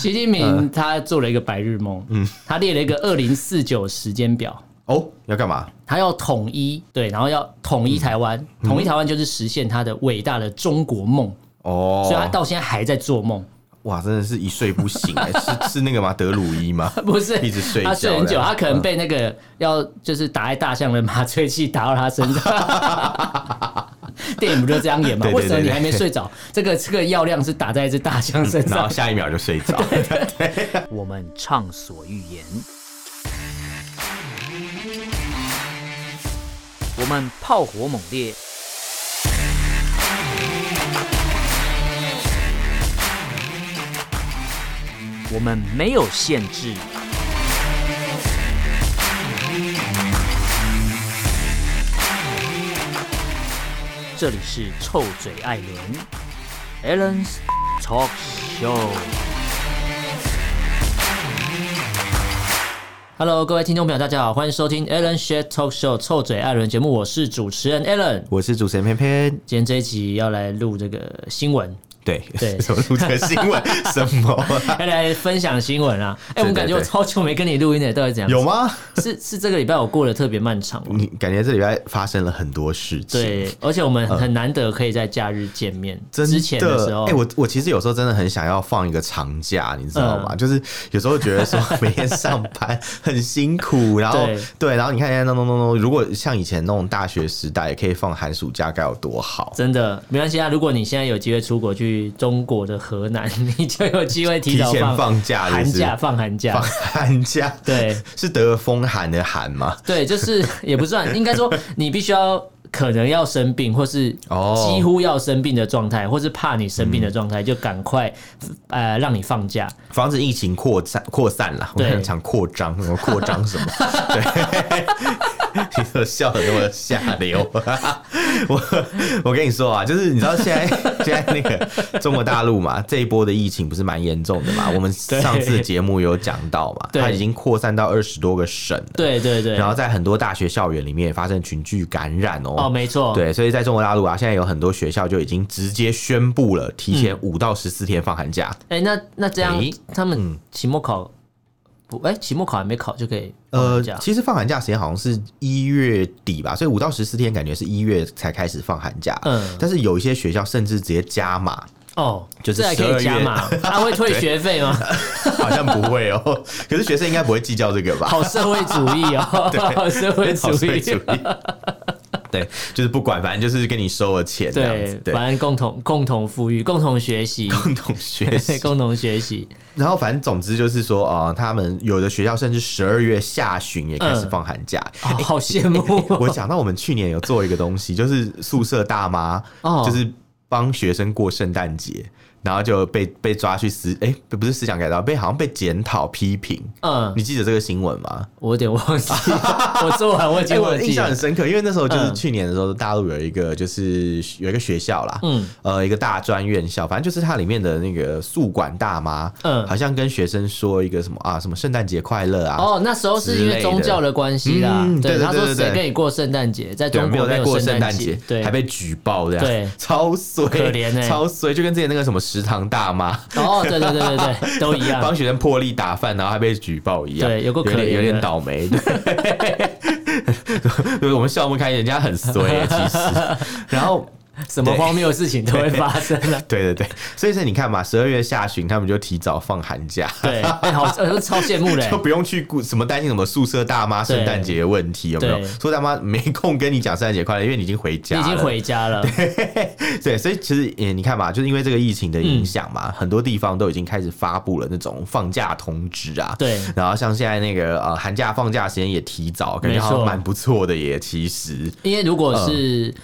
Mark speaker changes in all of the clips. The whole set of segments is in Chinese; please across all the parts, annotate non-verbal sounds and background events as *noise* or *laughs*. Speaker 1: 习近
Speaker 2: 嗯
Speaker 1: 平他做了一个白日梦，嗯，他列了一个二零四九时间表，
Speaker 2: 哦，要干嘛？
Speaker 1: 他要统一，对，然后要统一台湾，
Speaker 2: 嗯
Speaker 1: 统一台湾就是实现他的伟大的中国梦，
Speaker 2: 哦，
Speaker 1: 所以他啊到现在还在做梦， *laughs*
Speaker 2: 哇，真的是一睡不醒、哎，是是那个吗？德鲁伊吗？
Speaker 1: 不 *laughs* 是啊
Speaker 2: 一直睡觉
Speaker 1: 他睡很久，
Speaker 2: 这样
Speaker 1: 他可能被那个要就是打在大象的麻醉器打到他身上。
Speaker 2: *laughs*
Speaker 1: 电影不就这样演吗？
Speaker 2: 对对
Speaker 1: 为什么
Speaker 2: 对
Speaker 1: 你
Speaker 2: 对
Speaker 1: 还没睡着？这个这个药量是打在一只大象身
Speaker 2: 然
Speaker 1: 上
Speaker 2: *laughs* 后。下一秒就睡着。
Speaker 1: 我们畅所欲言，
Speaker 3: 我们炮火猛烈，我们没有限制。这里是臭嘴艾伦 a l l e n s Talk Show。
Speaker 1: Hello，各位听众朋友，大家好，欢迎收听 Alan s h a t Talk Show 臭嘴艾伦节目，我是主持人 Alan。
Speaker 2: *laughs* 我是主持人偏偏，
Speaker 1: 今天这一集要来录这个新
Speaker 2: *laughs*
Speaker 1: 闻，
Speaker 2: 对
Speaker 1: 对
Speaker 2: 什么录这个新
Speaker 1: *laughs*
Speaker 2: 闻？什么？
Speaker 1: 要来分享新闻啊！哎、我们
Speaker 2: 对对
Speaker 1: 感觉我
Speaker 2: 对
Speaker 1: 超久没跟你录音了，到底怎样？
Speaker 2: 有吗？
Speaker 1: 是是这个礼拜我过得特别漫长吗。
Speaker 2: 你感觉这礼拜发生了很多事情。
Speaker 1: 对，而且我们很难得可以在假日见面。
Speaker 2: 呃真
Speaker 1: 之前的时候，
Speaker 2: 哎、我我其实有时候真的很想要放一个长假，你知道
Speaker 1: 嗯
Speaker 2: 吗？就是有时候
Speaker 1: *laughs*
Speaker 2: 觉得说每天上班很辛苦，然后
Speaker 1: 对
Speaker 2: 对然后你看哎现在弄弄弄弄，如果像以前那种大学时代，也可以放寒暑假，该有多好！
Speaker 1: 真的没关系啊。如果你现在有机会出国去中国的河南， *laughs* 你就有机会提
Speaker 2: 提
Speaker 1: 早
Speaker 2: 前放假
Speaker 1: 寒
Speaker 2: 是不是
Speaker 1: 假，放寒假
Speaker 2: 放。寒假，
Speaker 1: 对，
Speaker 2: *laughs* 是得风寒的寒吗？
Speaker 1: 对，就是 *laughs* 也不算，应该说你必须要。可能要生病，或是
Speaker 2: 哦嗯
Speaker 1: 几乎要生病的状态，或是怕你生病的状态，就赶快呃让你放假。
Speaker 2: 防止疫情扩散扩散啦，我
Speaker 1: 对
Speaker 2: 想讲扩张，什么扩
Speaker 1: *laughs*
Speaker 2: 张什么？对， *laughs* 你怎么笑的那么下流？ *laughs* 我我跟你说啊，就是你知道现在 *laughs* 现在那个中国大陆嘛，这一波的疫情不是蛮严重的嘛？我们上次节目有讲到嘛，
Speaker 1: 对
Speaker 2: 它已经扩散到二十多个省了，
Speaker 1: 对对对，
Speaker 2: 然后在很多大学校园里面也发生群聚感染哦。
Speaker 1: 哦，没错，
Speaker 2: 对，所以在中国大陆啊，现在有很多学校就已经直接宣布了，提前五到十四天放寒假。
Speaker 1: 哎、那那这样，
Speaker 2: 诶嗯
Speaker 1: 他们期末考不？哎、期末考还没考就可以
Speaker 2: 呃
Speaker 1: 放假，
Speaker 2: 其实放寒假时间好像是一月底吧，所以五到十四天，感觉是一月才开始放寒假。
Speaker 1: 嗯
Speaker 2: 嗯，但是有一些学校甚至直接
Speaker 1: *laughs*
Speaker 2: 加码，
Speaker 1: 哦，
Speaker 2: 就是
Speaker 1: 这还可以
Speaker 2: 12
Speaker 1: 加
Speaker 2: 月
Speaker 1: 嘛？ *laughs* 他、会退
Speaker 2: 对
Speaker 1: 学费吗？
Speaker 2: 好像不会哦、可是学生应该不会计较这个吧？ *laughs*
Speaker 1: 好社会主义哦，好社会主
Speaker 2: 好社会
Speaker 1: 义。
Speaker 2: 主义。对，就是不管，反正就是跟你收了钱这样子
Speaker 1: 对，。
Speaker 2: 对，
Speaker 1: 反正共同共同富裕，共同学
Speaker 2: *laughs*
Speaker 1: 习，。
Speaker 2: 共同学
Speaker 1: *laughs*
Speaker 2: 习
Speaker 1: 共同学习。
Speaker 2: *laughs* 然后反正总之就是说，啊、他们有的学校甚至十二月下旬也开始放寒假。
Speaker 1: 哦好羡慕哦、
Speaker 2: *laughs* 我想到我们去年有做一个
Speaker 1: *laughs*
Speaker 2: 东西，就是宿舍大妈，
Speaker 1: 哦
Speaker 2: 就是帮学生过圣诞节，然后就被被抓去思，哎、不是思想改造，被好像被检讨批评。
Speaker 1: 嗯，
Speaker 2: 你记得这个新闻吗？
Speaker 1: 我有点忘记， *laughs* 我做完我已
Speaker 2: 哎、
Speaker 1: 经
Speaker 2: 我
Speaker 1: 忘
Speaker 2: 印
Speaker 1: 记
Speaker 2: 象
Speaker 1: 了
Speaker 2: 很。深刻，因为那时候就是
Speaker 1: 嗯
Speaker 2: 去年的时候，大陆有一个就是有一个学校啦，
Speaker 1: 嗯
Speaker 2: 嗯，呃，一个大专院校，反正就是它里面的那个宿管大妈，
Speaker 1: 嗯
Speaker 2: 嗯，好像跟学生说一个什么啊，什么圣诞节快乐啊，
Speaker 1: 哦，那时候是因为宗教的关系啦。
Speaker 2: 嗯对对
Speaker 1: 他说
Speaker 2: 对对
Speaker 1: 谁
Speaker 2: 对
Speaker 1: 跟你过圣诞节，在
Speaker 2: 对，
Speaker 1: 中
Speaker 2: 没
Speaker 1: 国
Speaker 2: 有在过
Speaker 1: 圣
Speaker 2: 圣诞
Speaker 1: 节
Speaker 2: 节，，
Speaker 1: 对，
Speaker 2: 还被举报这样，
Speaker 1: 对
Speaker 2: 超衰，
Speaker 1: 可怜欸
Speaker 2: 超衰，就跟之前那个什么食堂大妈。
Speaker 1: 哦，对对对对
Speaker 2: *laughs*
Speaker 1: 对，都一样。 *laughs*
Speaker 2: 帮学生破例打饭，然后还被举报一样，
Speaker 1: 对有够可怜的
Speaker 2: 点有点倒霉。 *laughs* 对，对我们笑不开，人家很衰、欸其
Speaker 1: *laughs*
Speaker 2: 实。然后，
Speaker 1: 什么荒谬的事情都会发生啊！
Speaker 2: 对对对，所以说你看嘛，十二月下旬他们就提早放寒假，
Speaker 1: 对，哎，好，我超羡慕嘞
Speaker 2: *laughs* 就。不用去顾什么担心什么宿舍大妈
Speaker 1: 对
Speaker 2: 圣诞节的问题，有没有
Speaker 1: 对？
Speaker 2: 宿舍大妈没空跟你讲圣诞节快乐，因为你已经回家
Speaker 1: 你
Speaker 2: 了，
Speaker 1: 已经回家了，
Speaker 2: 对，所以其实也你看嘛，就是因为这个疫情的
Speaker 1: 嗯
Speaker 2: 影响嘛，很多地方都已经开始发布了那种放假通知啊。
Speaker 1: 对
Speaker 2: 然后像现在那个呃寒假放假时间也提早，感
Speaker 1: 没
Speaker 2: 觉
Speaker 1: 错
Speaker 2: 好像蛮不错的耶。其实
Speaker 1: 因为如果
Speaker 2: 嗯
Speaker 1: 是。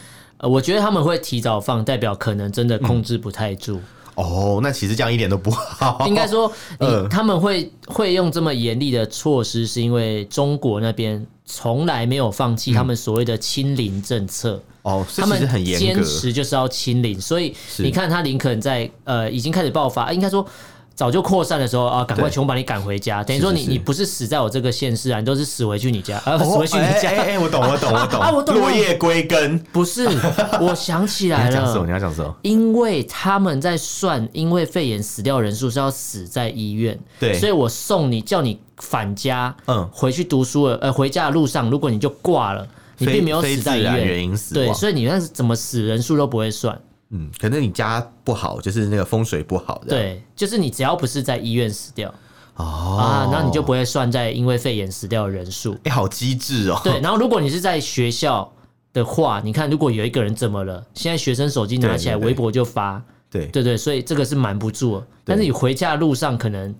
Speaker 1: 呃，我觉得他们会提早放，代表可能真的控制不太住。
Speaker 2: 哦，那其实这样一点都不好。
Speaker 1: 应该说，你
Speaker 2: 嗯
Speaker 1: 他们会会用这么严厉的措施，是因为中国那边从来没有放弃他们所谓的清零政策。
Speaker 2: 哦，是
Speaker 1: 他
Speaker 2: 嗯其
Speaker 1: 们
Speaker 2: 实很严
Speaker 1: 坚
Speaker 2: 格。
Speaker 1: 持就是要清零，所以你看他林肯在呃已经开始爆发，呃应该说。早就扩散的时候啊，赶快
Speaker 2: 对
Speaker 1: 全部把你赶回家。等于说
Speaker 2: 是
Speaker 1: 你
Speaker 2: 是是
Speaker 1: 你不是死在我这个县市啊，你都是死回去你家，啊，死
Speaker 2: 哦
Speaker 1: 回去你
Speaker 2: 哎哎
Speaker 1: 家。
Speaker 2: 哎，我懂，我懂，我懂，
Speaker 1: 啊我懂
Speaker 2: 落叶归根。你
Speaker 1: 不是，我想起来
Speaker 2: 要讲什么？
Speaker 1: 了
Speaker 2: 你，要讲什么？
Speaker 1: 因为他们在算，因为肺炎死掉人数是要死在医院，
Speaker 2: 对
Speaker 1: 所以我送你叫你返家，
Speaker 2: 嗯
Speaker 1: 回去读书了，呃，回家的路上，如果你就挂了，你
Speaker 2: 非
Speaker 1: 并没有死在医院，
Speaker 2: 非自然原因死亡
Speaker 1: 对，所以你那是怎么死人数都不会算，
Speaker 2: 嗯，可能你家不好，就是那个风水不好的。
Speaker 1: 对，就是你只要不是在医院死掉、
Speaker 2: 啊哦
Speaker 1: 啊，然后你就不会算在因为肺炎死掉的人数，
Speaker 2: 哎，好机智哦。
Speaker 1: 对，然后如果你是在学校的话，你看如果有一个人怎么了，现在学生手机拿起来，
Speaker 2: 对对对
Speaker 1: 微博就发。
Speaker 2: *laughs* 对对，
Speaker 1: 对对，所以这个是瞒不住的。但是你回家的路上可能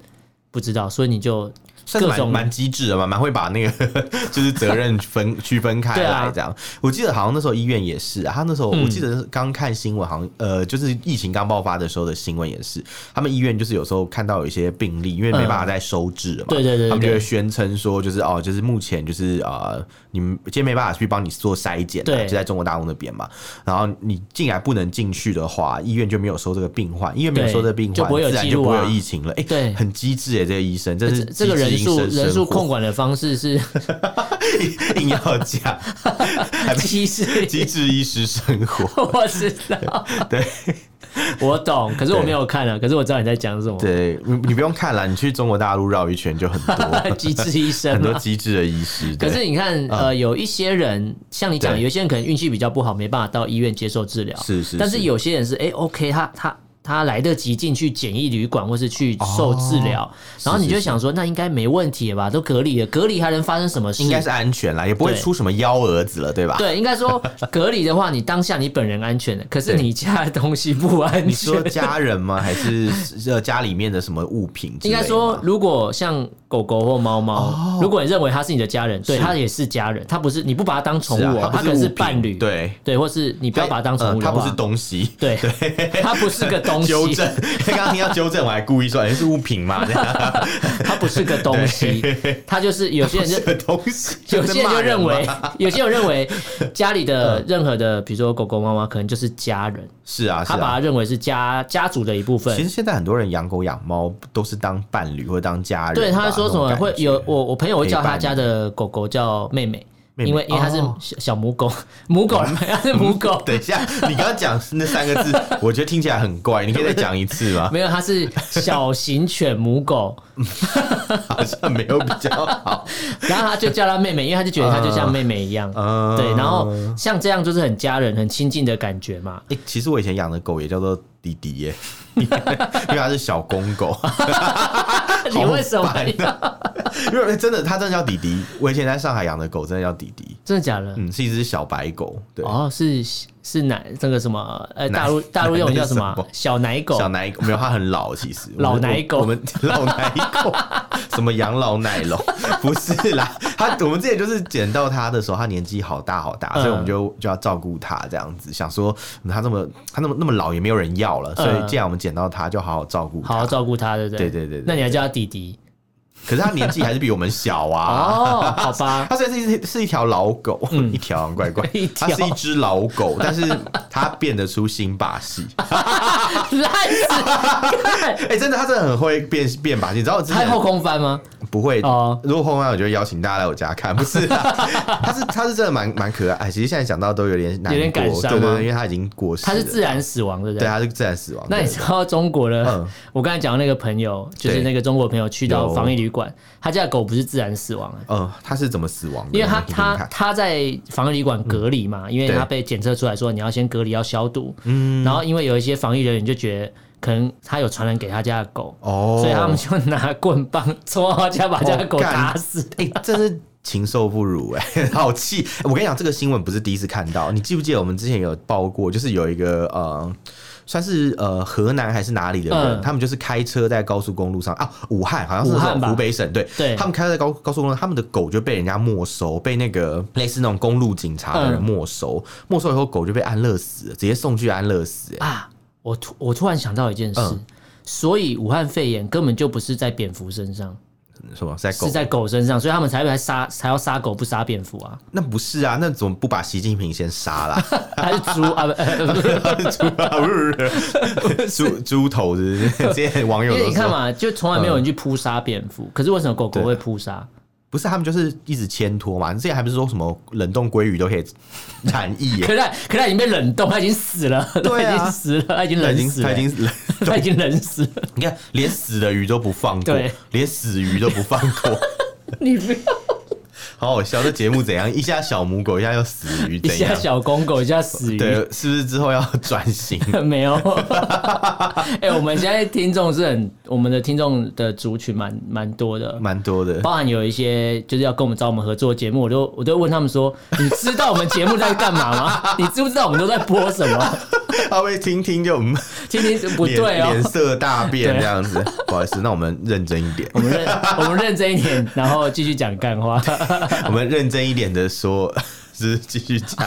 Speaker 1: 不知道，所以你就
Speaker 2: 算是
Speaker 1: 各
Speaker 2: 蛮
Speaker 1: 种
Speaker 2: 蛮机智的嘛，蛮会把那个 *laughs* 就是责任
Speaker 1: *laughs*
Speaker 2: 分区分开
Speaker 1: 对啊嗯
Speaker 2: 来这样。我记得好像那时候医院也是啊，他那时候我记得刚看新闻，好像呃，就是疫情刚爆发的时候的新闻也是，他们医院就是有时候看到有一些病例，因为没办法再收治了嘛，
Speaker 1: 嗯对对对对
Speaker 2: 他们就
Speaker 1: 对
Speaker 2: 会宣称说就是哦，就是目前就是呃，你们今天没办法去帮你做筛检啊，
Speaker 1: 对
Speaker 2: 就在中国大陆那边嘛，然后你进来不能进去的话，医院就没有收这个病患，医院没有
Speaker 1: 对
Speaker 2: 收这个病患，
Speaker 1: 就不会有
Speaker 2: 自然
Speaker 1: 记
Speaker 2: 就
Speaker 1: 录
Speaker 2: 不会
Speaker 1: 啊
Speaker 2: 有疫情了。哎、
Speaker 1: 对
Speaker 2: 很机智哎，这个医生，这
Speaker 1: 这
Speaker 2: 是
Speaker 1: 这个人数人数控 *laughs*
Speaker 2: 管，
Speaker 1: 管的方式
Speaker 2: *laughs*
Speaker 1: 是
Speaker 2: 硬要讲，
Speaker 1: *laughs*
Speaker 2: 还不
Speaker 1: 其实
Speaker 2: 机智医师生活，
Speaker 1: 我知道，
Speaker 2: 对
Speaker 1: *laughs* 我懂，可是我没有看了，啊可是我知道你在讲什么。
Speaker 2: *laughs*
Speaker 1: *laughs*
Speaker 2: 对，你你不用看了，你去中国大陆绕一圈就很多
Speaker 1: 机智医生
Speaker 2: 很多
Speaker 1: 嘛。
Speaker 2: 机智的医师。
Speaker 1: 可
Speaker 2: 对嗯
Speaker 1: 是你看，呃，有一些人像你讲，
Speaker 2: 对
Speaker 1: 有些人可能运气比较不好，没办法到医院接受治疗。
Speaker 2: 是是
Speaker 1: 但是
Speaker 2: 是
Speaker 1: 有些人是，哎、o k 他他他来得及进去简易旅馆或是去受治疗，然后你
Speaker 2: 哦是
Speaker 1: 就是想说，那应该没问题了吧？都隔离了，隔离还能发生什么事？
Speaker 2: 应该是安全啦，也不会
Speaker 1: 对
Speaker 2: 出什么幺蛾子了，对吧？
Speaker 1: 对，应该
Speaker 2: *laughs*
Speaker 1: 说隔离的话，你当下你本人安全的，可是
Speaker 2: 对
Speaker 1: 你家的东西不安 *laughs*
Speaker 2: 你说
Speaker 1: 全。
Speaker 2: 家人吗？还是呃家里面的什么物品之
Speaker 1: 应
Speaker 2: 类的吗？
Speaker 1: 该说，如果像狗狗或猫猫，如果你认为它是你的家人，对
Speaker 2: 哦是
Speaker 1: 它也是家人，它不是你不把它当宠
Speaker 2: 是啊
Speaker 1: 物哦，
Speaker 2: 它不
Speaker 1: 可能
Speaker 2: 物
Speaker 1: 是
Speaker 2: 品
Speaker 1: 伴侣，
Speaker 2: 对，
Speaker 1: 对，或是你不要把它当宠物
Speaker 2: 呃它
Speaker 1: 的
Speaker 2: 不
Speaker 1: 话，
Speaker 2: 是东西。
Speaker 1: 对，它不是个东西，
Speaker 2: 纠正， *laughs* 刚刚听到纠正，我还故意说，哎、是物品
Speaker 1: *laughs*
Speaker 2: 嘛？这样
Speaker 1: 它不是个东西，它就是有些人就
Speaker 2: 这东西，啊
Speaker 1: 有些人就认
Speaker 2: 这骂 *laughs*
Speaker 1: 为
Speaker 2: 人吗，嗯
Speaker 1: 有些人认
Speaker 2: *laughs*
Speaker 1: 为家里的任何的，比如说狗狗、猫猫，可能就是家人，
Speaker 2: 是啊，是
Speaker 1: 他把它
Speaker 2: 啊。
Speaker 1: 认为是家家族的一部
Speaker 2: 其
Speaker 1: 分
Speaker 2: 实。现在很多人养狗养猫都是当伴侣或当家人吧，
Speaker 1: 对，他说什么
Speaker 2: 那种
Speaker 1: 会
Speaker 2: 感觉
Speaker 1: 有我我朋友会叫
Speaker 2: 陪伴
Speaker 1: 他家的狗狗叫妹妹，
Speaker 2: 妹妹
Speaker 1: 因为因为它是
Speaker 2: 哦
Speaker 1: 小小母狗， *laughs* 母
Speaker 2: *laughs*
Speaker 1: 狗啦，它是母狗，
Speaker 2: 等一下，你刚刚讲那三个字，我觉得听起来很怪，你可以再讲一次
Speaker 1: *laughs*
Speaker 2: 吗？
Speaker 1: 没有，它是小型犬母狗，
Speaker 2: 好像没有比较
Speaker 1: *laughs*
Speaker 2: 好。
Speaker 1: 然后他就叫他妹妹，因为他就觉得他就
Speaker 2: 啊
Speaker 1: 像妹妹一样。
Speaker 2: 嗯，
Speaker 1: 对，然后
Speaker 2: 哎、
Speaker 1: 像这样就是很家人、很亲近的感觉嘛。
Speaker 2: 其实我以前养的狗也叫做迪迪
Speaker 1: *laughs*
Speaker 2: 耶，因为它是小公狗。
Speaker 1: 你为什么
Speaker 2: 好？烦啊因为真的，它真的叫迪迪。我以前在上海养的狗真的叫迪迪，
Speaker 1: *laughs* 真的假的？
Speaker 2: 嗯，是一只小白狗，对，
Speaker 1: 哦，是是奶这个什么？呃，
Speaker 2: 奶
Speaker 1: 大陆大陆用语叫什
Speaker 2: 奶是什
Speaker 1: 么
Speaker 2: 么？
Speaker 1: 小奶狗。
Speaker 2: 小奶狗没有，它很老，其
Speaker 1: *laughs*
Speaker 2: 实
Speaker 1: 老
Speaker 2: 我们
Speaker 1: 奶狗
Speaker 2: 我们老奶狗， *laughs* 什么养老奶龙， *laughs* 不是啦，它我们之前就是捡到它的时候，它年纪好大好大，
Speaker 1: 嗯
Speaker 2: 所以我们就就要照顾它这样子，想说嗯它这么它那么那么老也没有人要了，所以
Speaker 1: 嗯
Speaker 2: 既然我们捡到它，就好好照顾它，
Speaker 1: 好好照顾它，对不对？
Speaker 2: 对对对对
Speaker 1: 那你还叫它弟弟？
Speaker 2: 可是它年纪还是比我们小
Speaker 1: *laughs*
Speaker 2: 啊。
Speaker 1: 哦，好
Speaker 2: *laughs*
Speaker 1: 吧。
Speaker 2: 它虽然是一是一条老狗， *laughs* 一条怪怪
Speaker 1: *laughs* 一，
Speaker 2: 它
Speaker 1: 条
Speaker 2: 是一只老狗，但是它变得出新
Speaker 1: *laughs*
Speaker 2: 把戏。 *laughs*
Speaker 1: 烂死！干
Speaker 2: 哎、真的，它真的很会变变把戏。你知道我之
Speaker 1: 还
Speaker 2: 前
Speaker 1: 后空翻吗？
Speaker 2: 不会
Speaker 1: 哦
Speaker 2: 如果后面我就会邀请大家来我家看，不是
Speaker 1: *laughs*
Speaker 2: 啦，他是他是真的蛮蛮可爱。哎，其实现在讲到都有点难过，
Speaker 1: 有点感伤吗
Speaker 2: 对对对，因为他已经过世了，
Speaker 1: 它是自然死亡，对不
Speaker 2: 对，
Speaker 1: 对？
Speaker 2: 他是自然死亡。
Speaker 1: 那你
Speaker 2: 对
Speaker 1: 知道中国的
Speaker 2: 嗯？
Speaker 1: 我刚才讲的那个朋友，就是
Speaker 2: 对
Speaker 1: 那个中国朋友去到
Speaker 2: 有
Speaker 1: 防疫旅馆，他家的狗不是自然死亡，啊
Speaker 2: 呃，他是怎么死亡的？
Speaker 1: 因为他嗯
Speaker 2: 你听听
Speaker 1: 他
Speaker 2: 看
Speaker 1: 他在防疫旅馆隔离嘛，因为
Speaker 2: 对
Speaker 1: 他被检测出来说你要先隔离要消毒，然后因为有一些防疫人员就觉得可能他有传染给他家的狗，
Speaker 2: 哦，
Speaker 1: 所以他们就拿棍棒冲到他家把家的狗
Speaker 2: 哦干
Speaker 1: 打死。
Speaker 2: 哎、真是禽兽不如哎、 *laughs* 好气！我跟你讲，这个新闻不是第一次看到，你记不记得我们之前有报过，就是有一个呃。算是呃河南还是哪里的人，
Speaker 1: 嗯
Speaker 2: 他们就是开车在高速公路上啊，武汉好像是
Speaker 1: 武汉吧
Speaker 2: 湖北省对，
Speaker 1: 对
Speaker 2: 他们开车在高高速公路，他们的狗就被人家没收，被那个类似那种公路警察的人
Speaker 1: 嗯
Speaker 2: 没收，没收以后狗就被安乐死了，直接送去安乐死、哎
Speaker 1: 啊，我突我突然想到一件事，
Speaker 2: 嗯
Speaker 1: 所以武汉肺炎根本就不是在蝙蝠身上，
Speaker 2: 什么在狗
Speaker 1: 是在狗身上，所以他们才来杀，才要杀狗不杀蝙蝠 *laughs* 啊，
Speaker 2: 那不是啊，那怎么不把习近平先杀啦？
Speaker 1: 还是猪啊？不呃不 *laughs* 是
Speaker 2: 猪啊，不是猪猪头是不是？这些网友
Speaker 1: 因为
Speaker 2: 都
Speaker 1: 你看
Speaker 2: 说，
Speaker 1: 嘛，就从来没有人去扑杀蝙蝠，可是为什么狗狗会扑杀？
Speaker 2: 不是他们就是一直牵拖嘛。之前还不是说什么冷冻鲑鱼都可以染疫耶？
Speaker 1: 可是它可是它已经被冷冻，它已经死了， *laughs* 它
Speaker 2: 对
Speaker 1: 已
Speaker 2: 啊
Speaker 1: 经死了，它已经
Speaker 2: 他已
Speaker 1: 冷
Speaker 2: 经
Speaker 1: 死了，
Speaker 2: 他已
Speaker 1: *laughs*
Speaker 2: 经冷，
Speaker 1: 它已经冷死
Speaker 2: *laughs*
Speaker 1: 了。
Speaker 2: 你看连死的鱼都不放过
Speaker 1: 对，
Speaker 2: 连死鱼都不放过，
Speaker 1: 你不要
Speaker 2: 好好笑。这节目怎样？一下小母狗，一下又死鱼，
Speaker 1: *laughs* 一
Speaker 2: 怎
Speaker 1: 下
Speaker 2: 样？
Speaker 1: 小公狗，一下死
Speaker 2: 对
Speaker 1: 鱼，，
Speaker 2: 是不是之后要转型？
Speaker 1: *laughs* 没有。 *laughs* 哎、我们现在听众是很，我们的听众的族群蛮蛮多的，
Speaker 2: 蛮多的。
Speaker 1: 包含有一些就是要跟我们找我们合作的节目，我都我都问他们说：“你知道我们节目在干嘛吗？ *laughs* 你知不知道我们都在播什么 *laughs*
Speaker 2: 他会听听就嗯？”
Speaker 1: 今天不
Speaker 2: 脸
Speaker 1: 对
Speaker 2: 脸
Speaker 1: 哦，
Speaker 2: 色大变
Speaker 1: 对
Speaker 2: 这样子。不好意思，那我们认真一点，
Speaker 1: 我们认我们认真一点，然后继续讲干话。
Speaker 2: 我们认真一点的说， *laughs* 就是继续讲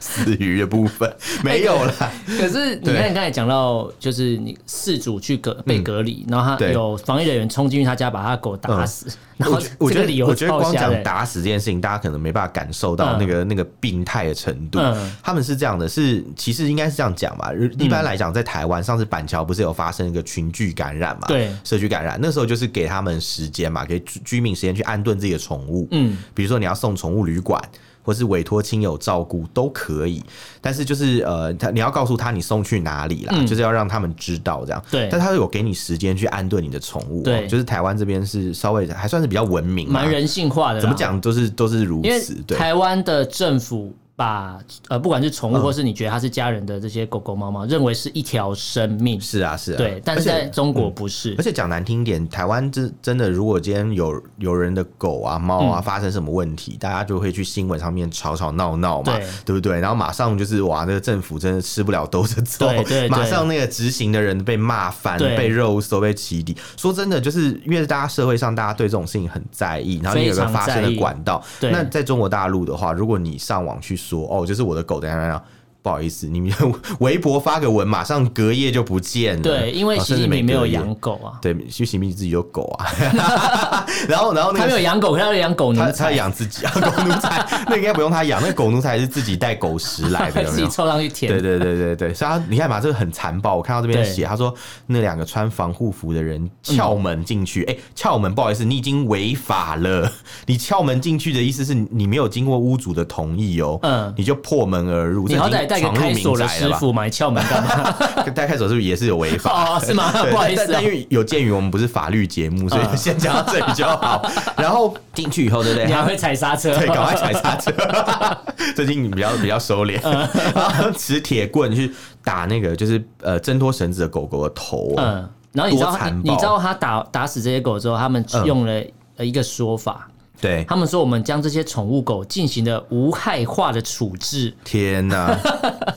Speaker 2: 死鱼的部分，没有啦。
Speaker 1: *laughs* 可是你看
Speaker 2: 对
Speaker 1: 你刚才讲到，就是你事主去隔被隔离，然后他
Speaker 2: 嗯对
Speaker 1: 有防疫人员冲进去他家把他狗打死， *laughs* 然后
Speaker 2: 我觉我
Speaker 1: 这
Speaker 2: 觉
Speaker 1: 个理
Speaker 2: 得
Speaker 1: 由
Speaker 2: 我觉得
Speaker 1: 超
Speaker 2: 光
Speaker 1: 瞎
Speaker 2: 讲
Speaker 1: 的。
Speaker 2: 打死这件事情，大家可能没办法感受到那个、那个病态的程度。
Speaker 1: 嗯
Speaker 2: 他们是这样的，是其实应该是这样讲吧。一般来讲，在台湾上次板桥不是有发生一个群聚感染嘛？
Speaker 1: 对
Speaker 2: 社区感染那时候就是给他们时间嘛，给居居民时间去安顿自己的宠物。
Speaker 1: 嗯，
Speaker 2: 比如说你要送宠物旅馆。或是委托亲友照顾都可以，但是就是呃，他你要告诉他你送去哪里啦，
Speaker 1: 嗯
Speaker 2: 就是要让他们知道这样。
Speaker 1: 对
Speaker 2: 但他有给你时间去安顿你的宠物、哦，
Speaker 1: 对
Speaker 2: 就是台湾这边是稍微还算是比较文明啊，
Speaker 1: 蛮人性化的啦。
Speaker 2: 怎么讲都是都是如
Speaker 1: 因为
Speaker 2: 此，对
Speaker 1: 台湾的政府把呃，不管是
Speaker 2: 嗯
Speaker 1: 宠物或是你觉得它是家人的这些狗狗、猫猫，认为是一条生命，
Speaker 2: 是啊是啊，
Speaker 1: 对，但是
Speaker 2: 而
Speaker 1: 在
Speaker 2: 且嗯
Speaker 1: 中国不是
Speaker 2: 而。且讲难听一点，台湾真真的，如果今天有有人的狗啊、猫
Speaker 1: 嗯
Speaker 2: 啊发生什么问题，大家就会去新闻上面吵吵闹闹嘛
Speaker 1: 对，
Speaker 2: 对不对？然后马上就是哇，那个政府真的吃不了兜着走
Speaker 1: 对对对，
Speaker 2: 马上那个执行的人被骂翻、
Speaker 1: 对
Speaker 2: 被肉搜、被起底。说真的，就是因为大家社会上大家对这种事情很在意，然后你有
Speaker 1: 非
Speaker 2: 个
Speaker 1: 常
Speaker 2: 发声
Speaker 1: 在
Speaker 2: 的
Speaker 1: 意
Speaker 2: 管道。
Speaker 1: 对
Speaker 2: 那在中国大陆的话，如果你上网去说哦，就是我的狗怎样怎样怎样。不好意思，你们 *laughs* 微博发个文，马上隔夜就不见了。
Speaker 1: 对，因为
Speaker 2: 哦
Speaker 1: 习
Speaker 2: 甚至
Speaker 1: 近平没
Speaker 2: 隔
Speaker 1: 有
Speaker 2: 夜
Speaker 1: 养狗啊，
Speaker 2: 对，就行平自己有狗啊，
Speaker 1: *laughs*
Speaker 2: 然后然后那
Speaker 1: 他没有
Speaker 2: 个。
Speaker 1: 养狗，可是他有养狗奴
Speaker 2: 他他
Speaker 1: 才，
Speaker 2: 养自己啊，狗奴才那应该不用他养，那狗奴才是自己带狗食来的，
Speaker 1: *laughs*
Speaker 2: 有
Speaker 1: 自
Speaker 2: 没
Speaker 1: 己
Speaker 2: 有？
Speaker 1: 凑上去舔。
Speaker 2: 对对对对对，所以他你看嘛，这个很残暴。我看到这边
Speaker 1: 对嗯
Speaker 2: 写，他说那两个穿防护服的人撬门进去，哎、撬门，不好意思，你已经违法了。你撬门进去的意思是你没有经过屋主的同意哦，
Speaker 1: 嗯
Speaker 2: 你就破门而入，
Speaker 1: 你好歹
Speaker 2: 这
Speaker 1: 带
Speaker 2: 已
Speaker 1: 个
Speaker 2: 经
Speaker 1: 开
Speaker 2: 闯入
Speaker 1: 锁
Speaker 2: 民
Speaker 1: 的
Speaker 2: 宅
Speaker 1: 师
Speaker 2: 了吧？
Speaker 1: 傅买窍门干
Speaker 2: *laughs*
Speaker 1: 嘛？
Speaker 2: 带开锁是不是也是有违法？
Speaker 1: 哦，是
Speaker 2: *laughs*
Speaker 1: 吗？
Speaker 2: 对
Speaker 1: 不好意
Speaker 2: 但
Speaker 1: 思
Speaker 2: 但
Speaker 1: 啊
Speaker 2: 因，为有鉴于我们不是法律节目，所以先讲到这里就好。 *laughs* 然后嗯进去以后，对不对？
Speaker 1: 你还
Speaker 2: 他
Speaker 1: 会踩刹车，
Speaker 2: *laughs* 对，赶快踩刹 *laughs* 车。最近比较比较收敛，然后持铁棍去打那个就是呃挣脱绳子的狗狗的头、啊。
Speaker 1: 嗯，然后你知道
Speaker 2: 多
Speaker 1: 他，
Speaker 2: 残
Speaker 1: 你
Speaker 2: 暴
Speaker 1: 知道他打打死这些狗之后，他们
Speaker 2: 嗯
Speaker 1: 用了呃一个说法，
Speaker 2: 对，
Speaker 1: 他们说我们将这些宠物狗进行了无害化的处置，
Speaker 2: 天哪！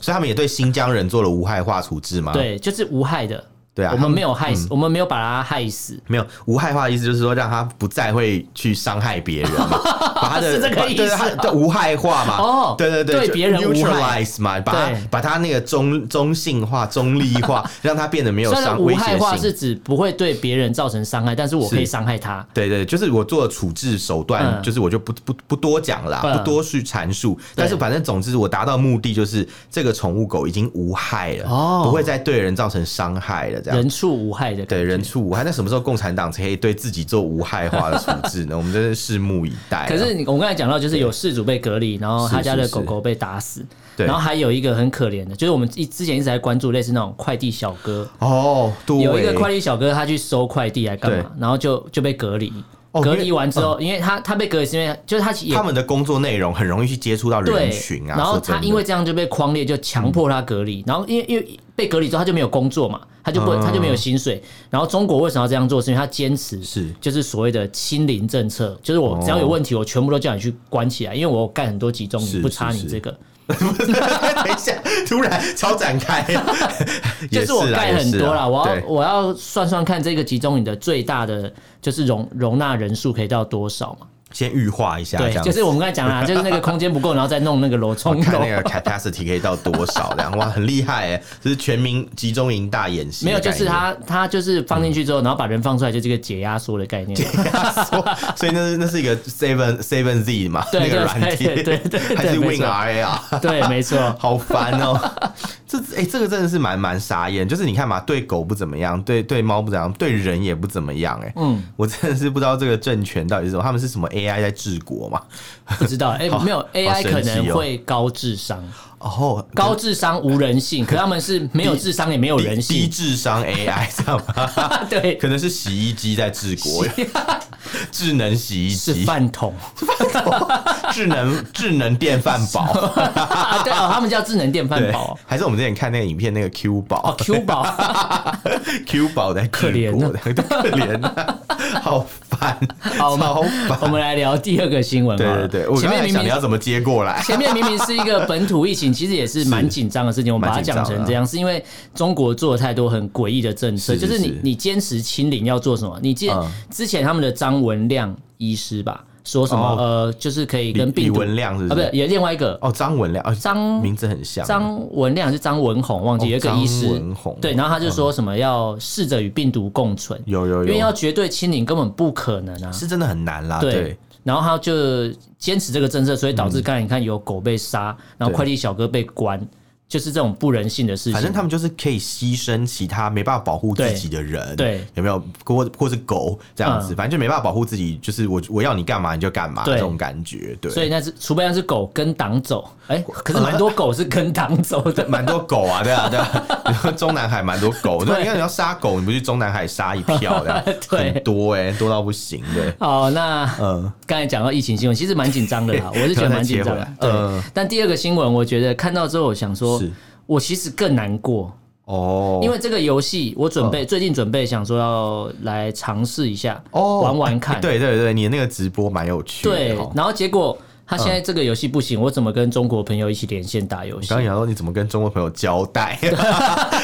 Speaker 2: 所以他们也对新疆人做了无害化处置吗？，
Speaker 1: 对，就是无害的。
Speaker 2: 啊对啊
Speaker 1: 我
Speaker 2: 他
Speaker 1: 们
Speaker 2: 们
Speaker 1: 没有害死，我们没有把它害死。
Speaker 2: 没有无害化的意思就是说让他不再会去伤害别人
Speaker 1: *laughs*
Speaker 2: 嘛，把他的
Speaker 1: 是这个
Speaker 2: 把
Speaker 1: 意思
Speaker 2: 对他的无害化嘛，
Speaker 1: 哦
Speaker 2: 对对
Speaker 1: 对
Speaker 2: 就
Speaker 1: 别人无害
Speaker 2: neutralize 嘛，把他
Speaker 1: 对
Speaker 2: 把他那个中中性化、中立
Speaker 1: *laughs*
Speaker 2: 化，让他变得没有
Speaker 1: 虽然
Speaker 2: 伤
Speaker 1: 无
Speaker 2: 威
Speaker 1: 害
Speaker 2: 胁
Speaker 1: 化是
Speaker 2: 性。
Speaker 1: 指不会对别人造成伤害，但是我可以
Speaker 2: 是
Speaker 1: 伤害它。
Speaker 2: 对对，就是我做的处置手段，
Speaker 1: 嗯
Speaker 2: 就是我就不不不多讲啦，
Speaker 1: 嗯
Speaker 2: 不多去阐述。但是反正总之，我达到目的就是这个宠物狗已经无害了，
Speaker 1: 哦
Speaker 2: 不会再对人造成伤害了，这样。
Speaker 1: 人畜无害的感
Speaker 2: 啊对
Speaker 1: 觉。
Speaker 2: 人畜无害，那什么时候共产党才可以对自己做无害化的处置
Speaker 1: *laughs*
Speaker 2: 呢？我们真的拭目以待啊。
Speaker 1: 可是你我们刚才讲到，就是有事主被隔离，然后
Speaker 2: 是
Speaker 1: 他家的
Speaker 2: 是
Speaker 1: 狗狗被打死，
Speaker 2: 对
Speaker 1: 然后还有一个很可怜的，就是我们一之前一直在关注类似那种快递小哥，
Speaker 2: 哦，对，
Speaker 1: 有一个快递小哥他去收快递来干嘛，然后就就被隔离。
Speaker 2: 哦
Speaker 1: 隔
Speaker 2: 因为
Speaker 1: 离完之后，因为他他被隔离是因为就是他其实也
Speaker 2: 他们的工作内容很容易去接触到
Speaker 1: 对
Speaker 2: 人群啊。
Speaker 1: 然后
Speaker 2: 说真
Speaker 1: 他
Speaker 2: 的
Speaker 1: 因为这样就被框列，就强迫他隔离。然后因为因为被隔离之后，他就没有工作嘛，他就不、
Speaker 2: 嗯
Speaker 1: 他就没有薪水。然后中国为什么要这样做？是因为他坚持 *laughs*
Speaker 2: 是
Speaker 1: 就是所谓的清零政策，就是我只要有问题，我全部都叫你去关起来，因为我干很多集中
Speaker 2: 哦是
Speaker 1: 营，不差
Speaker 2: 是
Speaker 1: 你
Speaker 2: 是
Speaker 1: 这个。
Speaker 2: 等一下突然超
Speaker 1: *laughs*
Speaker 2: 展开，
Speaker 1: 就
Speaker 2: 也
Speaker 1: 是我
Speaker 2: 啦
Speaker 1: 盖
Speaker 2: 也
Speaker 1: 很
Speaker 2: 是
Speaker 1: 多
Speaker 2: 啦
Speaker 1: 啦，我
Speaker 2: 对
Speaker 1: 要我要算算看这个集中营的最大的就是容容纳人数可以到多少嘛？
Speaker 2: 先预化一下，这
Speaker 1: 对，
Speaker 2: 样
Speaker 1: 就是我们刚才讲啦，就是那个空间不够，然后再弄那个
Speaker 2: *laughs*
Speaker 1: 楼
Speaker 2: 我
Speaker 1: 冲
Speaker 2: 看
Speaker 1: 楼
Speaker 2: 那。个 capacity 可以到多少，
Speaker 1: *laughs*
Speaker 2: 这样哇，很厉害哎，这是全民集中营大演习
Speaker 1: 没
Speaker 2: 的
Speaker 1: 有，
Speaker 2: 概
Speaker 1: 就
Speaker 2: 念，嗯
Speaker 1: 是它它就是放进去之后，然后把人放出来，就是一个解压缩的概念。 *laughs*
Speaker 2: 所，所以那是那是一个 seven seven Z 嘛，
Speaker 1: 对
Speaker 2: 那个
Speaker 1: 对
Speaker 2: 软体，
Speaker 1: 对对对对
Speaker 2: *laughs* 还是
Speaker 1: 没错
Speaker 2: Win RA 啊。
Speaker 1: 对，没错。
Speaker 2: *laughs* 好烦哦、 *laughs* 这哎、这个真的是蛮蛮傻眼。就是你看嘛，对狗不怎么样，对对猫不怎么样，对人也不怎么样、哎，
Speaker 1: 嗯，
Speaker 2: 我真的是不知道这个政权到底是什么，他们是什么 AI 在治国嘛？
Speaker 1: 不知道，哎、没有 AI
Speaker 2: 神
Speaker 1: 可
Speaker 2: 奇哦
Speaker 1: 能会高智商，
Speaker 2: 哦，
Speaker 1: 高智商无人性，可他们是没有智商也没有
Speaker 2: 低
Speaker 1: 人
Speaker 2: 低
Speaker 1: 性，啊
Speaker 2: 智商 AI 知道吗？
Speaker 1: 对，
Speaker 2: 可能是洗衣机在治国，智能洗衣
Speaker 1: 是
Speaker 2: 机、
Speaker 1: 饭
Speaker 2: *laughs*
Speaker 1: 桶
Speaker 2: 智能智能电饭煲，
Speaker 1: 啊，对哦，他们叫智能电饭
Speaker 2: 对
Speaker 1: 煲，，
Speaker 2: 还是我们之前看那个影片那个 Q
Speaker 1: 哦
Speaker 2: 宝
Speaker 1: ，Q 宝，
Speaker 2: *laughs* ，Q 宝在
Speaker 1: 可
Speaker 2: 治
Speaker 1: 怜
Speaker 2: 国
Speaker 1: 啊
Speaker 2: 的，可怜啊，好烦，
Speaker 1: 好我们
Speaker 2: 超烦。
Speaker 1: 我们来聊第二个新闻好
Speaker 2: 对对
Speaker 1: 了，
Speaker 2: 对，我
Speaker 1: 前
Speaker 2: 刚
Speaker 1: 面
Speaker 2: 才
Speaker 1: 明
Speaker 2: 想你
Speaker 1: 明
Speaker 2: 要怎么接过来，
Speaker 1: 前面明明是一个本土疫
Speaker 2: *laughs*
Speaker 1: 情，其实也是蛮紧张的事情。我们把它讲成这样，是因为中国做了太多很诡异的政策，
Speaker 2: 是
Speaker 1: 就是你
Speaker 2: 是
Speaker 1: 你坚持清零要做什么？你见
Speaker 2: 嗯
Speaker 1: 之前他们的张文亮医师吧，说什么
Speaker 2: 哦
Speaker 1: 呃，就是可以
Speaker 2: 李
Speaker 1: 跟
Speaker 2: 李
Speaker 1: 病毒
Speaker 2: 文亮是
Speaker 1: 啊，
Speaker 2: 不
Speaker 1: 不
Speaker 2: 是
Speaker 1: 是？也另外一个
Speaker 2: 哦，张文亮，哦，
Speaker 1: 张
Speaker 2: 名字很像，
Speaker 1: 张文亮还是张文宏，忘记
Speaker 2: 哦
Speaker 1: 有一个医师
Speaker 2: 张文宏，嗯
Speaker 1: 对，然后他就说什么要试着与病毒共存，
Speaker 2: 有有
Speaker 1: 因为要
Speaker 2: 有，
Speaker 1: 绝对清零根本不可能啊，
Speaker 2: 是真的很难啦，
Speaker 1: 对
Speaker 2: 对。，嗯
Speaker 1: 然后他就坚持这个政策，所以导致刚才你看有狗被杀，然后快递小哥被关，就是这种不人性的事情。
Speaker 2: 反正他们就是可以牺牲其他没办法保护自己的人，
Speaker 1: 对对
Speaker 2: 有没有？或或是狗这样
Speaker 1: 嗯
Speaker 2: 子，反正就没办法保护自己，就是我我要你干嘛你就干嘛
Speaker 1: 对
Speaker 2: 这种感觉，对。。
Speaker 1: 所以那只除非那只狗跟党走，哎、可是蛮多狗是跟党走的，
Speaker 2: *laughs* 蛮多狗啊，对啊，对啊，你说中南海蛮多狗，对，你看你要杀狗，你不去中南海杀一票的
Speaker 1: *laughs* 对
Speaker 2: 很多哎、多到不行，对，
Speaker 1: 好，那
Speaker 2: 嗯，
Speaker 1: 刚才讲到疫情新闻，其实蛮紧张的啦，我是觉得蛮紧张
Speaker 2: 然
Speaker 1: 的
Speaker 2: 后。再
Speaker 1: 对，
Speaker 2: 切回来嗯
Speaker 1: 但第二个新闻，我觉得看到之后，我想说
Speaker 2: 是，
Speaker 1: 我其实更难过，
Speaker 2: 哦，嗯
Speaker 1: 因为这个游戏我准备、最近准备想说要来尝试一下，
Speaker 2: 哦
Speaker 1: 玩玩看。
Speaker 2: 对对对，你的那个直播蛮有趣的，
Speaker 1: 对
Speaker 2: 哦，
Speaker 1: 然后结果他现在这个游戏不行，我怎么跟中国朋友一起连线嗯打游戏
Speaker 2: 刚？刚讲说你怎么跟中国朋友交
Speaker 1: *laughs*
Speaker 2: 代，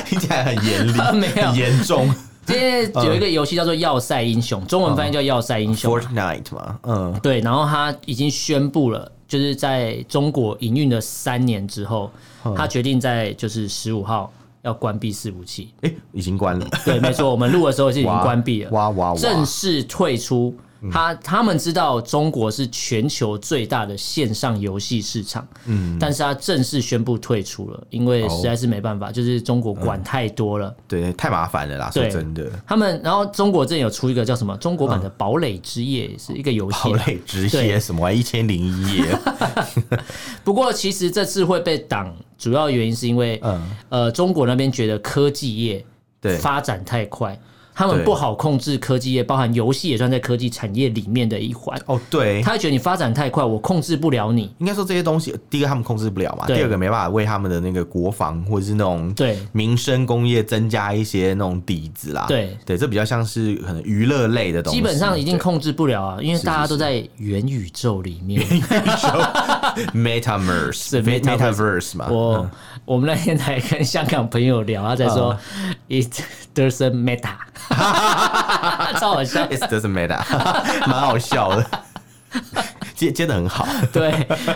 Speaker 2: 听起来很严厉，
Speaker 1: 没有
Speaker 2: 很严
Speaker 1: *laughs*
Speaker 2: 重。
Speaker 1: 因为有一个游戏叫做《要塞英雄》，中文翻译叫《要塞英雄》。
Speaker 2: Fortnite 嘛，嗯，
Speaker 1: 对，然后他已经宣布了，就是在中国营运了三年之后，他决定在就是十五号要关闭伺服器。
Speaker 2: 哎、已经关了，
Speaker 1: 对，没错，我们录的时候是已经
Speaker 2: 哇
Speaker 1: 关闭了，
Speaker 2: 哇哇哇，
Speaker 1: 正式退出。他他们知道中国是全球最大的线上游戏市场，嗯，但是他正式宣布退出了，因为实在是没
Speaker 2: 哦
Speaker 1: 办法，就是中国管太多了。
Speaker 2: 对，太麻烦了啦，说
Speaker 1: 对
Speaker 2: 真的，
Speaker 1: 他们然后中国之前有出一个叫什么中国版的《堡垒之夜》，是一个游戏
Speaker 2: 好
Speaker 1: 啦。
Speaker 2: 累，职业
Speaker 1: 对
Speaker 2: 什么一千零一夜，
Speaker 1: 不过其实这次会被挡，主要原因是因为
Speaker 2: 嗯，
Speaker 1: 呃，中国那边觉得科技业
Speaker 2: *laughs* 对，
Speaker 1: 发展太快，他们
Speaker 2: 对
Speaker 1: 不好控制科技业，包含游戏也算在科技产业里面的一环。
Speaker 2: 哦对，
Speaker 1: 他会觉得你发展太快，我控制不了你。
Speaker 2: 应该说这些东西，第一个他们控制不了嘛，
Speaker 1: 对
Speaker 2: 第二个没办法为他们的那个国防或者是那种
Speaker 1: 对
Speaker 2: 民生工业增加一些那种底子啦。
Speaker 1: 对
Speaker 2: 对，这比较像是可能娱乐类的东西，
Speaker 1: 基本上已经
Speaker 2: 对
Speaker 1: 控制不了啊，因为大家都在元宇宙里
Speaker 2: *laughs*
Speaker 1: 面。
Speaker 2: metaverse
Speaker 1: 是
Speaker 2: metaverse 嘛。。
Speaker 1: 我我们那天才跟香港朋友聊，他在说 it doesn't matter，超好笑
Speaker 2: It doesn't matter，蛮 *laughs* 好笑的，接接的很好。
Speaker 1: 对，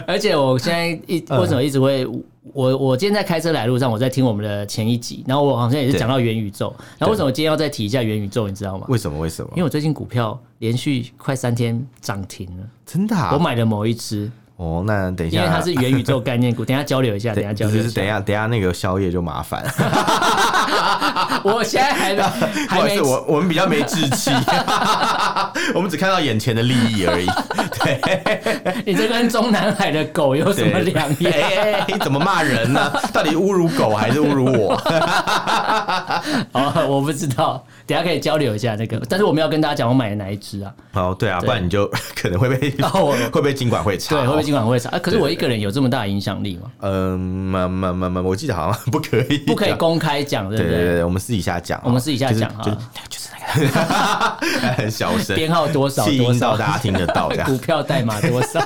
Speaker 1: 而且我现在一
Speaker 2: 嗯
Speaker 1: 为什么一直会我我今天在开车来路上，我在听我们的前一集，然后我好像也是
Speaker 2: 对
Speaker 1: 讲到元宇宙，然后为什么今天要再提一下元宇宙，你知道吗？
Speaker 2: 为什么？为什
Speaker 1: 因为
Speaker 2: 么？
Speaker 1: 我最近股票连续快三天涨停了，
Speaker 2: 真的啊
Speaker 1: 我？买了某一只。
Speaker 2: 哦，那等一下，
Speaker 1: 因为它是元宇宙概
Speaker 2: *laughs*
Speaker 1: 念股，等一下交流一下，等一下交
Speaker 2: 就
Speaker 1: 流
Speaker 2: 是
Speaker 1: 一下
Speaker 2: 等一。下，等一下那个宵夜就
Speaker 1: *laughs*
Speaker 2: 麻烦。
Speaker 1: 我现在还没
Speaker 2: *laughs* 不
Speaker 1: 还
Speaker 2: 好意
Speaker 1: 没
Speaker 2: 思，我我们比较没
Speaker 1: *laughs*
Speaker 2: 志气，我们只看到眼前的利益而已。
Speaker 1: 你这跟中南海的狗有
Speaker 2: *laughs*
Speaker 1: 什么两样？
Speaker 2: 哎，怎么骂人呢？到底侮辱狗还是侮辱我？
Speaker 1: 哦，我不知道，等一下可以交流一下这个。但是我们要跟大家讲，我买的哪一只啊？
Speaker 2: 哦，对啊，不然你就可能会被
Speaker 1: 哦
Speaker 2: 会被金管会查
Speaker 1: 对，
Speaker 2: 哦。
Speaker 1: 会不会尽管会查、啊？可是
Speaker 2: 对
Speaker 1: 我一个人有这么大的影响力吗？
Speaker 2: 嗯，嘛嘛嘛嘛，我记得好像不可以，
Speaker 1: 不可以。公开讲，对
Speaker 2: 对
Speaker 1: 不
Speaker 2: 对
Speaker 1: 对？
Speaker 2: 对，我们私底下讲啊，
Speaker 1: 我们私底下
Speaker 2: 就是
Speaker 1: 讲啊
Speaker 2: 就是就是那个 *laughs* 很小声，
Speaker 1: 编号多少
Speaker 2: 气
Speaker 1: 多
Speaker 2: 音到
Speaker 1: 少？
Speaker 2: 大家听得到这样
Speaker 1: 股。票代码多少？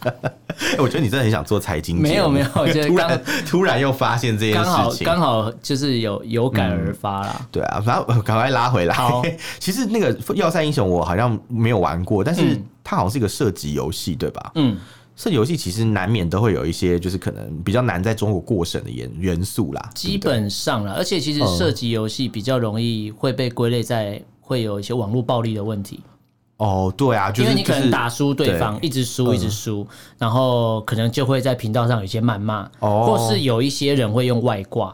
Speaker 2: 哎我觉得你真的很想做财经节目，
Speaker 1: 没有没有我觉得
Speaker 2: *laughs* 突然突然又发 *laughs* 现这件
Speaker 1: 刚好
Speaker 2: 事情，嗯
Speaker 1: 刚好就是有有感而发啦。
Speaker 2: 对啊，反正呃赶快拉回来
Speaker 1: 好。
Speaker 2: 其实那个《要塞英雄》我好像没有玩过，但是
Speaker 1: 嗯
Speaker 2: 它它好像是一个射击游戏，对吧？嗯，射击游戏其实难免都会有一些，就是可能比较难在中国过审的元元素啦。
Speaker 1: 基本上了，而且其实
Speaker 2: 嗯
Speaker 1: 射击游戏比较容易会被归类在会有一些网络暴力的问题，
Speaker 2: 哦，对啊，就是
Speaker 1: 因为你可
Speaker 2: 就
Speaker 1: 能
Speaker 2: 是嗯
Speaker 1: 打输对方，一直输一直输，然后可能就会在频道上有一些谩骂，
Speaker 2: 哦
Speaker 1: 或是有一些人会用外挂，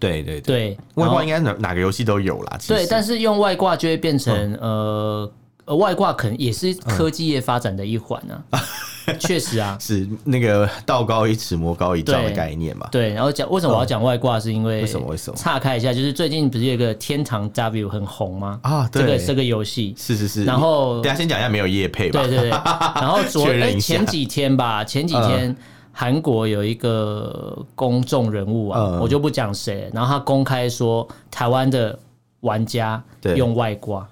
Speaker 2: 对对对，
Speaker 1: 对，
Speaker 2: 外
Speaker 1: 然后
Speaker 2: 挂应该哪哪个游戏都有啦。其实
Speaker 1: 对，但是用外挂就会变成、
Speaker 2: 嗯
Speaker 1: 呃呃，外挂可能也是科技业发展的一环
Speaker 2: *laughs*
Speaker 1: 啊，确实啊，
Speaker 2: 是那个道高一尺，魔高一丈的
Speaker 1: 对
Speaker 2: 概念嘛。
Speaker 1: 对。然后讲为什么我要讲外挂，是因为
Speaker 2: 嗯为什么为什么
Speaker 1: 岔开一下，就是最近不是有一个《天堂 W》很红吗？
Speaker 2: 啊
Speaker 1: 这个
Speaker 2: 对
Speaker 1: 这个游戏，
Speaker 2: 是是是。
Speaker 1: 然后
Speaker 2: 等一下先讲一下没有叶配吧
Speaker 1: 对。
Speaker 2: *laughs*
Speaker 1: 对对，然后昨
Speaker 2: 确认
Speaker 1: 哎
Speaker 2: 一下嗯
Speaker 1: 前几天吧，前几天韩国有一个公众人物啊，
Speaker 2: 嗯
Speaker 1: 我就不讲谁，然后他公开说台湾的玩家
Speaker 2: 对
Speaker 1: 用外挂，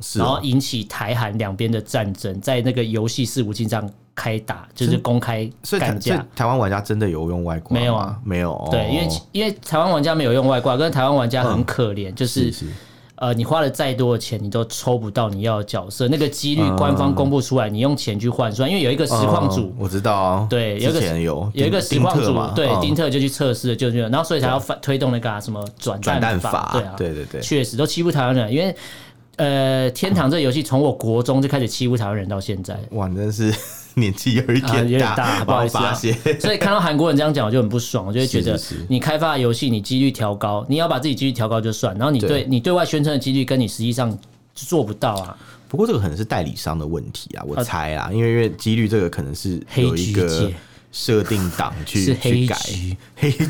Speaker 2: 是
Speaker 1: 然
Speaker 2: 哦
Speaker 1: 后引起台韩两边的战争，在那个游戏伺服器上开打，就是公开
Speaker 2: 所以台
Speaker 1: 干
Speaker 2: 所以
Speaker 1: 架。
Speaker 2: 台湾玩家真的有用外挂吗
Speaker 1: 没有啊？
Speaker 2: 没有哦。
Speaker 1: 对，因为因为台湾玩家没有用外挂，跟台湾玩家很可怜，就是
Speaker 2: 是
Speaker 1: 呃，你花了再多的钱，你都抽不到你要的角色，那个几率官方公布出来，你用钱去换算，因为有一个实况组
Speaker 2: 嗯，我知道啊。
Speaker 1: 对有一
Speaker 2: 之
Speaker 1: 个
Speaker 2: 前有
Speaker 1: 有一个实
Speaker 2: 丁
Speaker 1: 况
Speaker 2: 丁特
Speaker 1: 组
Speaker 2: 嘛，
Speaker 1: 对
Speaker 2: 嗯
Speaker 1: 丁特就去测试了，就是然后所以才要发推动那个啊什么转
Speaker 2: 转蛋
Speaker 1: 法，
Speaker 2: 法
Speaker 1: 对啊，，
Speaker 2: 对对对。
Speaker 1: 确实都欺负台湾人，因为呃，天堂这游戏从我国中就开始欺负台湾人到现在。
Speaker 2: 哇，你真的是年纪有
Speaker 1: *laughs*
Speaker 2: 一
Speaker 1: 啊，有
Speaker 2: 点
Speaker 1: 点
Speaker 2: 大，
Speaker 1: 大，不好意思、
Speaker 2: *laughs* 我发
Speaker 1: 啊
Speaker 2: 现。
Speaker 1: 所以看到韩国人这样讲，我就很不爽，我就会觉得
Speaker 2: 是是是
Speaker 1: 你开发的游戏，你几率调高，你要把自己几率调高就算，然后你对
Speaker 2: 对
Speaker 1: 你对外宣称的几率跟你实际上做不到
Speaker 2: *laughs*
Speaker 1: 啊。
Speaker 2: 不过这个可能是代理商的问题啊，我猜啦，因为因为几率这个可能是
Speaker 1: 呃
Speaker 2: 有一
Speaker 1: 黑局
Speaker 2: 个
Speaker 1: 界
Speaker 2: 设定档去
Speaker 1: 是黑
Speaker 2: 去改
Speaker 1: 局
Speaker 2: *laughs* 黑局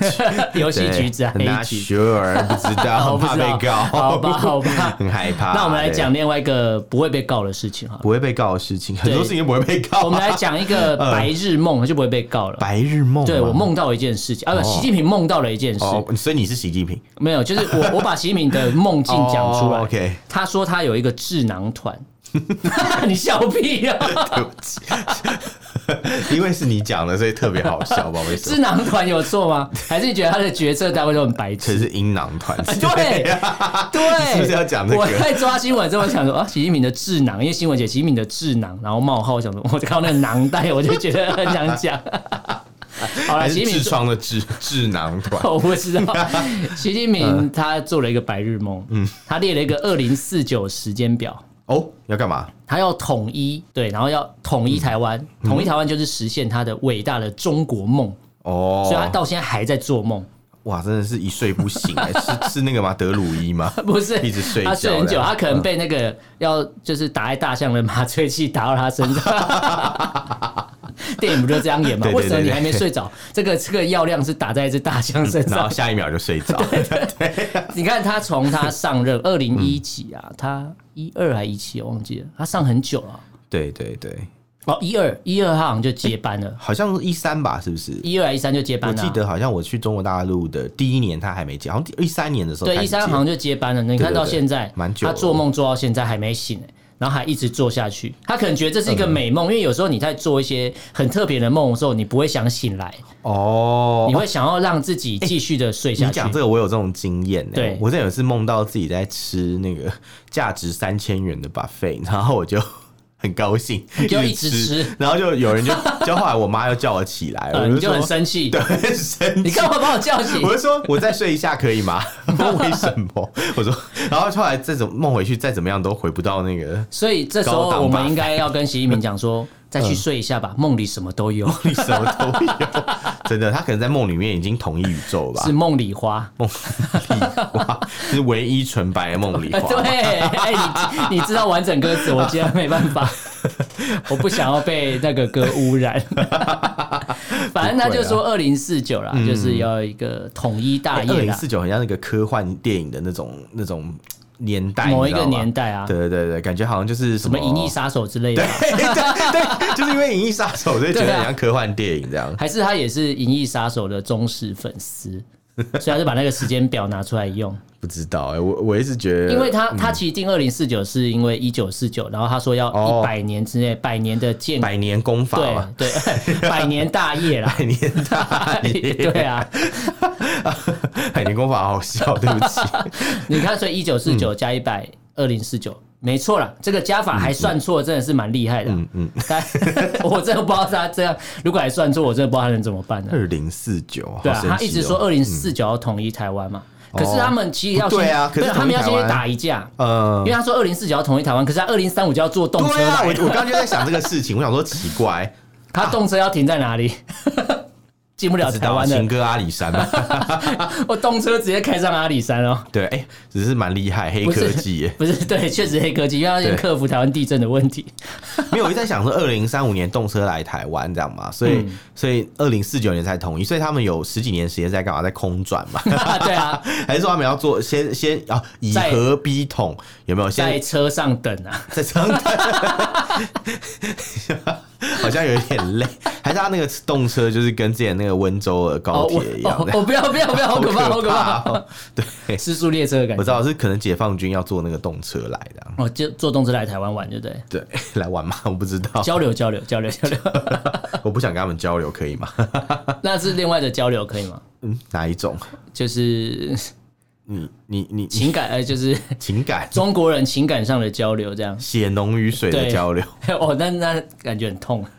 Speaker 1: 游戏橘子啊，
Speaker 2: 对
Speaker 1: 黑
Speaker 2: Not
Speaker 1: 橘。
Speaker 2: sure，不知
Speaker 1: *laughs*
Speaker 2: 道，
Speaker 1: 我不
Speaker 2: 怕
Speaker 1: 知道
Speaker 2: 被告，
Speaker 1: 好吧好吧
Speaker 2: *laughs* 很害怕。
Speaker 1: 那我们来
Speaker 2: 对
Speaker 1: 讲另外一个不会被告的事情哈，
Speaker 2: 不会被告的事情，很多事情不会被告。啊
Speaker 1: *laughs* 我们来讲一
Speaker 2: *laughs*
Speaker 1: 个
Speaker 2: 嗯
Speaker 1: 白日梦，就不会被告了。
Speaker 2: 白日梦吗，啊
Speaker 1: 对我梦到一件事情啊，不，习近平梦到了一件事，
Speaker 2: 哦，所以你是
Speaker 1: *laughs*
Speaker 2: 习近平，
Speaker 1: 没有，就是我我把习近平的梦境讲出来。
Speaker 2: *laughs* 哦，OK
Speaker 1: 他说他有一个智囊团， *laughs* 你笑屁啊！
Speaker 2: *laughs* 对不起，因为是你讲的，所以特别好笑吧？为什
Speaker 1: 智
Speaker 2: 么？
Speaker 1: 囊团有错吗？还是你觉得他的决策单位都很白
Speaker 2: 可
Speaker 1: 痴？
Speaker 2: 是阴囊团，
Speaker 1: *laughs* 对啊对，
Speaker 2: 是不是要讲这个
Speaker 1: 我在抓新闻之后我想说啊，习近平的智囊，因为新闻写习近平的智囊，然后冒号，我想说，我看到那个囊袋，我就觉得很想讲。 *laughs* 好了，
Speaker 2: *laughs* 还
Speaker 1: 习
Speaker 2: 是
Speaker 1: 近平。
Speaker 2: 痔
Speaker 1: 哦
Speaker 2: 疮的痔痔
Speaker 1: *laughs*
Speaker 2: 囊团？
Speaker 1: 我不知
Speaker 2: *laughs*
Speaker 1: 道，习近平
Speaker 2: 嗯
Speaker 1: 他做了一个白日梦，嗯，他列了一个二零四九时间表，
Speaker 2: 哦，要干嘛？
Speaker 1: 他要统一，对，然后要统
Speaker 2: 嗯
Speaker 1: 一台湾，统一台湾就是实现他的伟大的中国梦，
Speaker 2: 哦，
Speaker 1: 所以他到现在还在做梦， *laughs*
Speaker 2: 哇，真的是一睡不醒、欸，是是那个吗？德鲁伊吗？
Speaker 1: *laughs* 不是
Speaker 2: 一直睡觉
Speaker 1: 他睡很久，
Speaker 2: 这样嗯
Speaker 1: 他可能被那个、要就是打在大象的麻醉剂打到他身上。
Speaker 2: *laughs*
Speaker 1: 电影不就这样演吗？
Speaker 2: 对对对
Speaker 1: 为什么你
Speaker 2: 对
Speaker 1: 还没睡着？这个这个药量是打在一只大象身
Speaker 2: 嗯然
Speaker 1: 上
Speaker 2: 后。下一秒就睡着，
Speaker 1: 你看他从他上任
Speaker 2: 嗯
Speaker 1: 二零一几啊，他一二还一七，我忘记了，他上很久了。
Speaker 2: *laughs* 对对对，
Speaker 1: 哦，一二一二，他好像就接班了，
Speaker 2: 好像一三吧，是不是？
Speaker 1: 一二还一三就接班
Speaker 2: 哦
Speaker 1: 了
Speaker 2: 我
Speaker 1: 啊。
Speaker 2: 记得好像我去中国大陆的第一年，他还没接，好像一三年的时候开
Speaker 1: 对，
Speaker 2: 始
Speaker 1: 一
Speaker 2: 接，
Speaker 1: 三好像就接班了。你看到现在，
Speaker 2: 蛮久了
Speaker 1: 他做梦做到现在还没醒、欸，然后还一直做下去。他可能觉得这是一
Speaker 2: 嗯
Speaker 1: 个美梦，因为有时候你在做一些很特别的梦的时候，你不会想醒来，
Speaker 2: 哦，哎
Speaker 1: 你会想要让自己继续的睡
Speaker 2: 你
Speaker 1: 下去。
Speaker 2: 讲这个，我有这种经验、欸。
Speaker 1: 对
Speaker 2: 我真的有一次梦到自己在吃那个价值三千元的 buffet，然后我就很高
Speaker 1: *laughs*
Speaker 2: 兴，
Speaker 1: 就
Speaker 2: 一
Speaker 1: 一直吃
Speaker 2: 然后就有人就，就后来我妈又叫我起
Speaker 1: *laughs*
Speaker 2: 来，
Speaker 1: 呃
Speaker 2: 我
Speaker 1: 你
Speaker 2: 就
Speaker 1: 就
Speaker 2: 说
Speaker 1: 很生气
Speaker 2: 对，，很生
Speaker 1: 你
Speaker 2: 气。
Speaker 1: 干嘛把我叫醒？
Speaker 2: *laughs* 我就说，我再睡一下可以吗？为什么？我说，然后后来这种梦回去，再怎么样都回不到那个 *laughs*
Speaker 1: 所以这时候
Speaker 2: 高档吧嗯
Speaker 1: 我们应该要跟习近平讲
Speaker 2: *laughs*
Speaker 1: 说，再去睡一下吧，梦里什么都有，
Speaker 2: 你什么都有。真的，他可能在梦里面已经同一宇宙了吧
Speaker 1: 是？梦里花。
Speaker 2: 梦里 *laughs* 花是唯一纯白的梦里
Speaker 1: 呃
Speaker 2: 花。
Speaker 1: *laughs* 对，哎、你你知道完整歌词，我竟然没办
Speaker 2: *laughs*
Speaker 1: 法，我不想要被那个歌污染。反正他就说二零四九啦，就是要一个统一大
Speaker 2: 啊嗯哎二
Speaker 1: 业
Speaker 2: 零
Speaker 1: 啦，
Speaker 2: 四九很像那个科幻电影的那种那种年代，
Speaker 1: 某
Speaker 2: 你
Speaker 1: 一
Speaker 2: 知道
Speaker 1: 个
Speaker 2: 吗
Speaker 1: 年代啊，
Speaker 2: 对对对对，感觉好像就是什
Speaker 1: 什么
Speaker 2: 么
Speaker 1: 《银翼杀手》之类的啊，
Speaker 2: *laughs* 对对，就是因为《银翼杀手》，所以觉
Speaker 1: 对
Speaker 2: 得
Speaker 1: 啊
Speaker 2: 很像科幻电影这样。
Speaker 1: 还是他也是《银翼杀手》的忠实粉丝。所以他就把那个时间表拿出来
Speaker 2: *laughs*
Speaker 1: 用，
Speaker 2: 不知道哎、我我一直觉得，
Speaker 1: 因为他他其实定二零四九是因为一九四九，然后他说要
Speaker 2: 哦
Speaker 1: 一百年之内百年的建
Speaker 2: 百年功法
Speaker 1: 对
Speaker 2: 嘛，
Speaker 1: 对 *laughs* 百年大业啦，
Speaker 2: 百年大业，
Speaker 1: *laughs* 对
Speaker 2: *laughs*
Speaker 1: 啊，
Speaker 2: 百年功法好好笑，对不起。嗯
Speaker 1: 你看，所以一九四九加一百二零四九没错啦，这个加法还算错，真的是蛮厉害的啊、
Speaker 2: 嗯，
Speaker 1: 但 *laughs* 我真的不知道他这样，如果还算错，我真的不知道他能怎么办呢、啊
Speaker 2: *laughs* 二零四九，
Speaker 1: 对
Speaker 2: 哎
Speaker 1: 啊，
Speaker 2: 好神
Speaker 1: 他
Speaker 2: 奇
Speaker 1: 一直
Speaker 2: 哦
Speaker 1: 说二零四九要统一台湾嘛，可是他们其实要
Speaker 2: 不
Speaker 1: 先
Speaker 2: 对啊可是
Speaker 1: 没有他们要先
Speaker 2: 统一台
Speaker 1: 去
Speaker 2: 湾
Speaker 1: 打一架，
Speaker 2: 呃
Speaker 1: 因为，他说二零四九要统一台湾，可是他二零三五就要坐动车
Speaker 2: 对啊，
Speaker 1: 来，
Speaker 2: 我我刚刚就在啊想这个事情，我想说奇怪，
Speaker 1: 他动车要停在哪里？ *laughs* 进不了
Speaker 2: 知
Speaker 1: *laughs* 台
Speaker 2: 道
Speaker 1: 湾的
Speaker 2: 情，歌阿里山嘛？
Speaker 1: *laughs* 我动车直接开上阿里山哦。
Speaker 2: 对，哎，只是蛮厉害，黑
Speaker 1: 不是
Speaker 2: 科
Speaker 1: *laughs*
Speaker 2: 技耶。
Speaker 1: 不是，对，确实黑科技，因为要先
Speaker 2: 对
Speaker 1: 克服台湾地震的问
Speaker 2: *laughs*
Speaker 1: 题。？
Speaker 2: 没有，我一直在想说，二零三五年动车来台湾这样嘛，所以、所以二零四九年才同意，所以他们有十几年时间在干嘛，在空转嘛 *laughs*
Speaker 1: 对啊，
Speaker 2: 还是说他们要做先先啊以
Speaker 1: 在
Speaker 2: 和逼统有没有？
Speaker 1: 在
Speaker 2: 先
Speaker 1: 车上等啊，
Speaker 2: 在成等， *laughs* 好像有一点累，还是他那个动车就是跟之前那个温州的高
Speaker 1: 我
Speaker 2: 铁一样
Speaker 1: 哦，
Speaker 2: 的，
Speaker 1: 我不要不要不要，好可怕，好可怕，
Speaker 2: 哦！对，
Speaker 1: 失速列车的感
Speaker 2: 我知
Speaker 1: 觉。
Speaker 2: 道是可能解放军要坐那个动车来的啊，
Speaker 1: 哦，就坐动车来台湾玩，对不对？
Speaker 2: 对， *laughs* 来玩嘛，我不知道，
Speaker 1: 交流交流交流交
Speaker 2: *laughs*
Speaker 1: 流，
Speaker 2: 我不想跟他们交流，可以吗？ *laughs*
Speaker 1: 那是另外的交流，可以吗？
Speaker 2: 嗯，哪一种？
Speaker 1: 就是
Speaker 2: 你你你
Speaker 1: 情感，呃，就是
Speaker 2: 情感
Speaker 1: 中国人情感上的交流，这样。
Speaker 2: 血浓于水的
Speaker 1: 对
Speaker 2: 交流， *laughs*
Speaker 1: *laughs* 哦，那那感觉很痛。 *laughs*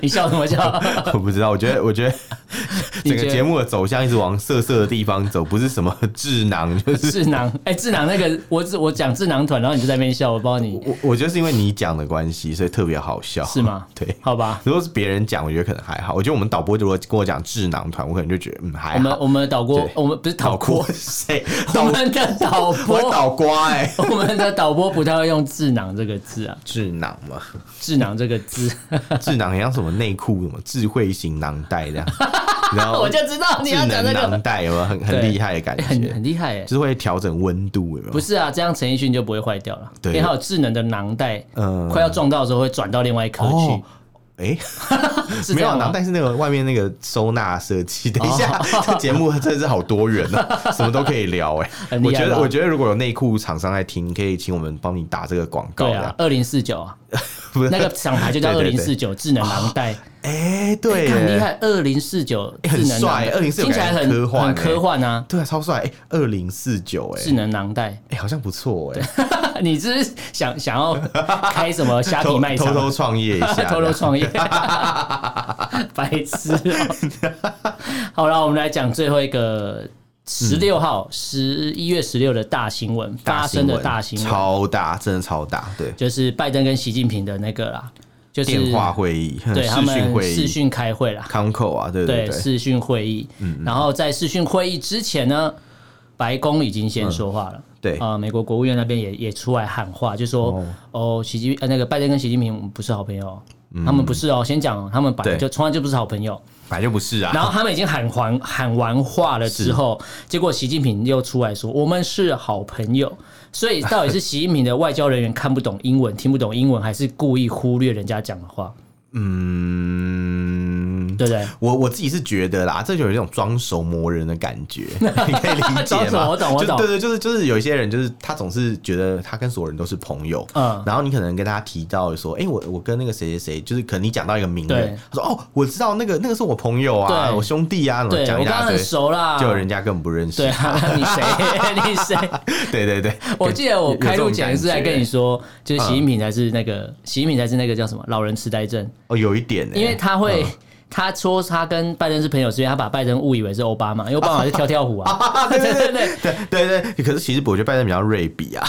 Speaker 1: 你笑什么
Speaker 2: *laughs*
Speaker 1: 笑？
Speaker 2: 我不知道，我觉
Speaker 1: *laughs*
Speaker 2: 得我觉得
Speaker 1: 你
Speaker 2: 整
Speaker 1: 觉得
Speaker 2: 个节目的走向一直往色色的地方走，不是什么智
Speaker 1: *laughs*
Speaker 2: 囊，就是。
Speaker 1: 智囊，哎、智囊那个，我只我讲智囊团，然后你就在那边笑，我不知道你
Speaker 2: 我我觉得是因为你讲的关系，所以特别好笑，
Speaker 1: 是吗
Speaker 2: *laughs* 对，
Speaker 1: 好吧。
Speaker 2: 如果是别人讲，我觉得可能还好。我觉得我们导播如果跟我讲智囊团，我可能就觉得嗯还
Speaker 1: 我们
Speaker 2: 好。
Speaker 1: 我们导播
Speaker 2: 对，
Speaker 1: 我们不是导
Speaker 2: 导
Speaker 1: 播，
Speaker 2: 锅谁？
Speaker 1: 我
Speaker 2: 导
Speaker 1: 们的导
Speaker 2: 我
Speaker 1: 播，
Speaker 2: 导瓜哎、欸，
Speaker 1: *laughs* 我们的导播不太会用智囊这个字啊，
Speaker 2: 智囊嘛，
Speaker 1: 智囊这个
Speaker 2: *laughs*
Speaker 1: 字，
Speaker 2: 智囊很像什么内裤什么智慧型囊
Speaker 1: *laughs*
Speaker 2: 袋这样，然后
Speaker 1: 我就知道你
Speaker 2: 智
Speaker 1: 要讲
Speaker 2: 能
Speaker 1: 这个
Speaker 2: 囊，袋有没有很很
Speaker 1: 对
Speaker 2: 厉害的感
Speaker 1: 哎很
Speaker 2: 觉？
Speaker 1: 很厉害哎
Speaker 2: 就。是会调整温度，有没有？
Speaker 1: 不是啊，这样陈奕迅就不会坏掉了，因
Speaker 2: 对
Speaker 1: 为他有智能的囊袋，
Speaker 2: 嗯
Speaker 1: 快要撞到的时候会转到另外一颗
Speaker 2: 哦
Speaker 1: 去，，
Speaker 2: 哎、
Speaker 1: 是
Speaker 2: 没
Speaker 1: 这
Speaker 2: 有啊
Speaker 1: 样
Speaker 2: 囊
Speaker 1: 吗？
Speaker 2: 袋是那个外面那个收纳设计。等一下，
Speaker 1: 哦
Speaker 2: 这节目真的是好多元啊， *laughs* 什么都可以聊哎、
Speaker 1: 很
Speaker 2: 我
Speaker 1: 厉害
Speaker 2: 觉得，
Speaker 1: 吧
Speaker 2: 我觉得如果有内裤厂商在听，可以请我们帮你打这个广告
Speaker 1: 对
Speaker 2: 这样
Speaker 1: 啊，。二零四九啊，
Speaker 2: 不是
Speaker 1: 那个厂牌就叫二
Speaker 2: *laughs* 对
Speaker 1: 零
Speaker 2: 对
Speaker 1: 四九智能囊袋，
Speaker 2: 哎、对、
Speaker 1: 看很厉。害，二零四九
Speaker 2: 哎很
Speaker 1: 智能囊
Speaker 2: 帅
Speaker 1: 袋，
Speaker 2: 2049
Speaker 1: 听起来
Speaker 2: 感
Speaker 1: 很
Speaker 2: 觉很科幻
Speaker 1: 很
Speaker 2: 欸
Speaker 1: 科幻啊，
Speaker 2: 对啊，超帅！哎、二零四九，哎，
Speaker 1: 智能囊袋。
Speaker 2: 哎、好像不错
Speaker 1: *laughs*
Speaker 2: 哎、
Speaker 1: 你是不是想想要开什么虾皮
Speaker 2: 偷
Speaker 1: 卖
Speaker 2: 偷
Speaker 1: 场？ *laughs*
Speaker 2: 偷创业一下，
Speaker 1: 偷偷创
Speaker 2: *laughs*
Speaker 1: 业，白痴哦、 *laughs* 好了，我们来讲最后一个十六号，十一、月十六的大新闻发
Speaker 2: 嗯大新
Speaker 1: 生
Speaker 2: 闻
Speaker 1: 的大新闻，
Speaker 2: 超大，真的超大，对，
Speaker 1: 就是拜登跟习近平的那个啦，就是
Speaker 2: 电话会议、
Speaker 1: 对他
Speaker 2: 视讯
Speaker 1: 们
Speaker 2: 会
Speaker 1: 视
Speaker 2: 议、
Speaker 1: 讯开会啦，
Speaker 2: 康扣啊，对
Speaker 1: 对
Speaker 2: 对，嗯
Speaker 1: 视讯会议。然后在视讯会议之前呢，白宫已经
Speaker 2: 嗯
Speaker 1: 先说话了。
Speaker 2: 对
Speaker 1: 啊、美国国务院那边也也出来喊话，就说哦，习近呃那个拜登跟习近平不是好朋友，他们不是哦，先讲哦他们本来
Speaker 2: 嗯对
Speaker 1: 就从来就不是好朋
Speaker 2: *laughs*
Speaker 1: 友。
Speaker 2: 反正就不是啊。
Speaker 1: 然后他们已经喊完喊完话了之后，结果习近平又出来说我们是好朋友。所以到底是习近平的外交人员看不懂英文，听不懂英文，还是故意忽略人家讲的话，
Speaker 2: 嗯，
Speaker 1: 对不对？
Speaker 2: 我我自己是觉得啦，这就有一种装熟磨人的感
Speaker 1: *laughs*
Speaker 2: 觉，你可以理解
Speaker 1: 装熟
Speaker 2: 吗？
Speaker 1: 我懂我
Speaker 2: 就
Speaker 1: 懂
Speaker 2: 对对，就是就是有一些人，就是他总是觉得他跟所有人都是朋友，
Speaker 1: 嗯
Speaker 2: 然后你可能跟他提到说，哎、我我跟那个谁谁谁，就是可能你讲到一个名人
Speaker 1: 对，
Speaker 2: 他说哦，我知道那个那个是我朋友啊，
Speaker 1: 对
Speaker 2: *laughs* 我兄弟啊，
Speaker 1: 对，
Speaker 2: 讲
Speaker 1: 我
Speaker 2: 一
Speaker 1: 跟他
Speaker 2: 大堆
Speaker 1: 很，熟啦，
Speaker 2: 就有人家根本不认识，
Speaker 1: 对啊，那你谁？ *laughs* 你谁？
Speaker 2: *laughs* 对对对，
Speaker 1: 我记得我开录前一次还跟你
Speaker 2: 说，
Speaker 1: 说，就是
Speaker 2: 嗯
Speaker 1: 习近平才是那个，习近平才是那个叫什么老人痴呆症，
Speaker 2: 哦，有一点、欸，
Speaker 1: 因为他会。 *laughs* 他说他跟拜登是朋友，所以他把拜登误以为是奥巴马，因为奥巴马是跳跳虎
Speaker 2: *laughs*
Speaker 1: 啊，对 *laughs* 对对，
Speaker 2: *laughs* 对对对，可是其实我觉得拜登比较锐比啊，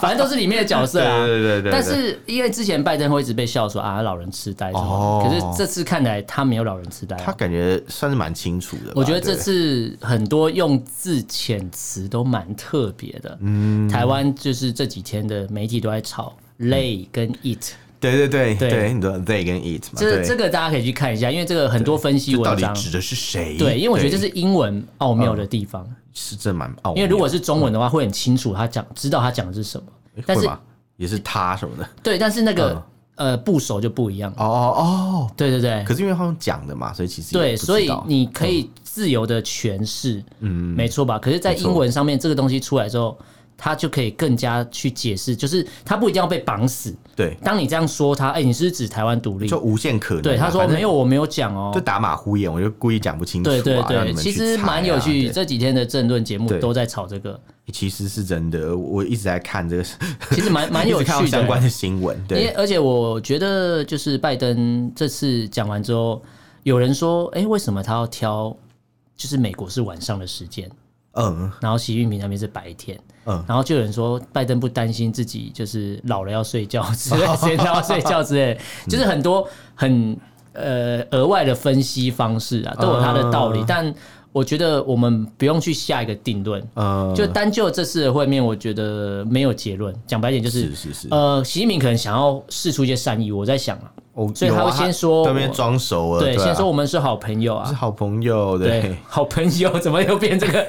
Speaker 1: 反正都是里面的角色啊。
Speaker 2: 对对对对对
Speaker 1: 但是因为之前拜登会一直被笑说啊老人痴呆什么
Speaker 2: 哦
Speaker 1: 的，可是这次看来他没有老人痴呆啊。
Speaker 2: 他感觉算是蛮清楚的吧。
Speaker 1: 我觉得
Speaker 2: 对
Speaker 1: 这次很多用字遣词都蛮特别的。嗯，台湾就是这几天的媒体都在吵 “lay” 跟 “it”，
Speaker 2: 对对对
Speaker 1: 对
Speaker 2: 对，你说 they 跟 it 嘛，
Speaker 1: 这
Speaker 2: 对
Speaker 1: 这个大家可以去看一下，因为这个很多分析
Speaker 2: 到
Speaker 1: 文
Speaker 2: 底
Speaker 1: 章。
Speaker 2: 指的是谁？
Speaker 1: 对，因为我觉得这是英文奥妙的地方，
Speaker 2: 是真蛮奥妙的，
Speaker 1: 因为如果是中文的话，会很清楚他讲，知道他讲的是什么。但
Speaker 2: 会
Speaker 1: 是
Speaker 2: 吧也是他什么的，
Speaker 1: 对，但是那个呃部首就不一样。
Speaker 2: 嗯哦哦哦，
Speaker 1: 对对对
Speaker 2: 可，是因为他们讲的嘛，所以其实也
Speaker 1: 对，
Speaker 2: 不知
Speaker 1: 所以
Speaker 2: 道
Speaker 1: 你可以自由的诠释，嗯，没错吧？可是，在英文上面，这个东西出来之后，它就可以更加去解释，就是它不一定要被绑死。
Speaker 2: 对，
Speaker 1: 当你这样说他，哎、你是不是指台湾独立
Speaker 2: 就？无限可能啊。
Speaker 1: 对，他说
Speaker 2: 反正
Speaker 1: 没有，我没有讲哦
Speaker 2: 就。打马虎眼，我就故意讲不清楚啊。
Speaker 1: 对对
Speaker 2: 让你
Speaker 1: 对，
Speaker 2: 们
Speaker 1: 其
Speaker 2: 去
Speaker 1: 实
Speaker 2: 猜
Speaker 1: 蛮有
Speaker 2: 啊
Speaker 1: 趣。
Speaker 2: 对
Speaker 1: 这几天的政论节目
Speaker 2: 对
Speaker 1: 都在吵这个，
Speaker 2: 其实是真的，我一直在看这个，
Speaker 1: 其实蛮蛮有
Speaker 2: *laughs* 一直看到
Speaker 1: 趣的
Speaker 2: 相关的新闻。
Speaker 1: 因为
Speaker 2: 对，
Speaker 1: 而且我觉得，就是拜登这次讲完之后，有人说，哎、为什么他要挑？就是美国是晚上的时间，
Speaker 2: 嗯，
Speaker 1: 然后习近平那边是白天，
Speaker 2: 嗯
Speaker 1: 然后就有人说拜登不担心自己就是老了要睡觉之类，
Speaker 2: *laughs*
Speaker 1: 时间要睡觉之类，
Speaker 2: 嗯
Speaker 1: 就是很多很呃额外的分析方式啊，都有它的道理，
Speaker 2: 嗯
Speaker 1: 但我觉得我们不用去下一个定论。
Speaker 2: 呃，
Speaker 1: 就单就这次的会面，我觉得没有结论。讲白点就是，
Speaker 2: 是是是，
Speaker 1: 呃，习近平可能想要试出一些善意，我在想啊，
Speaker 2: 我
Speaker 1: 所以
Speaker 2: 有啊
Speaker 1: 他会先说
Speaker 2: 对面
Speaker 1: 我
Speaker 2: 装熟了，
Speaker 1: 对，
Speaker 2: 啊
Speaker 1: 先说我们是好朋友
Speaker 2: 是
Speaker 1: 啊，
Speaker 2: 好朋友，
Speaker 1: 对
Speaker 2: 对，，
Speaker 1: 好朋友怎么又变这个？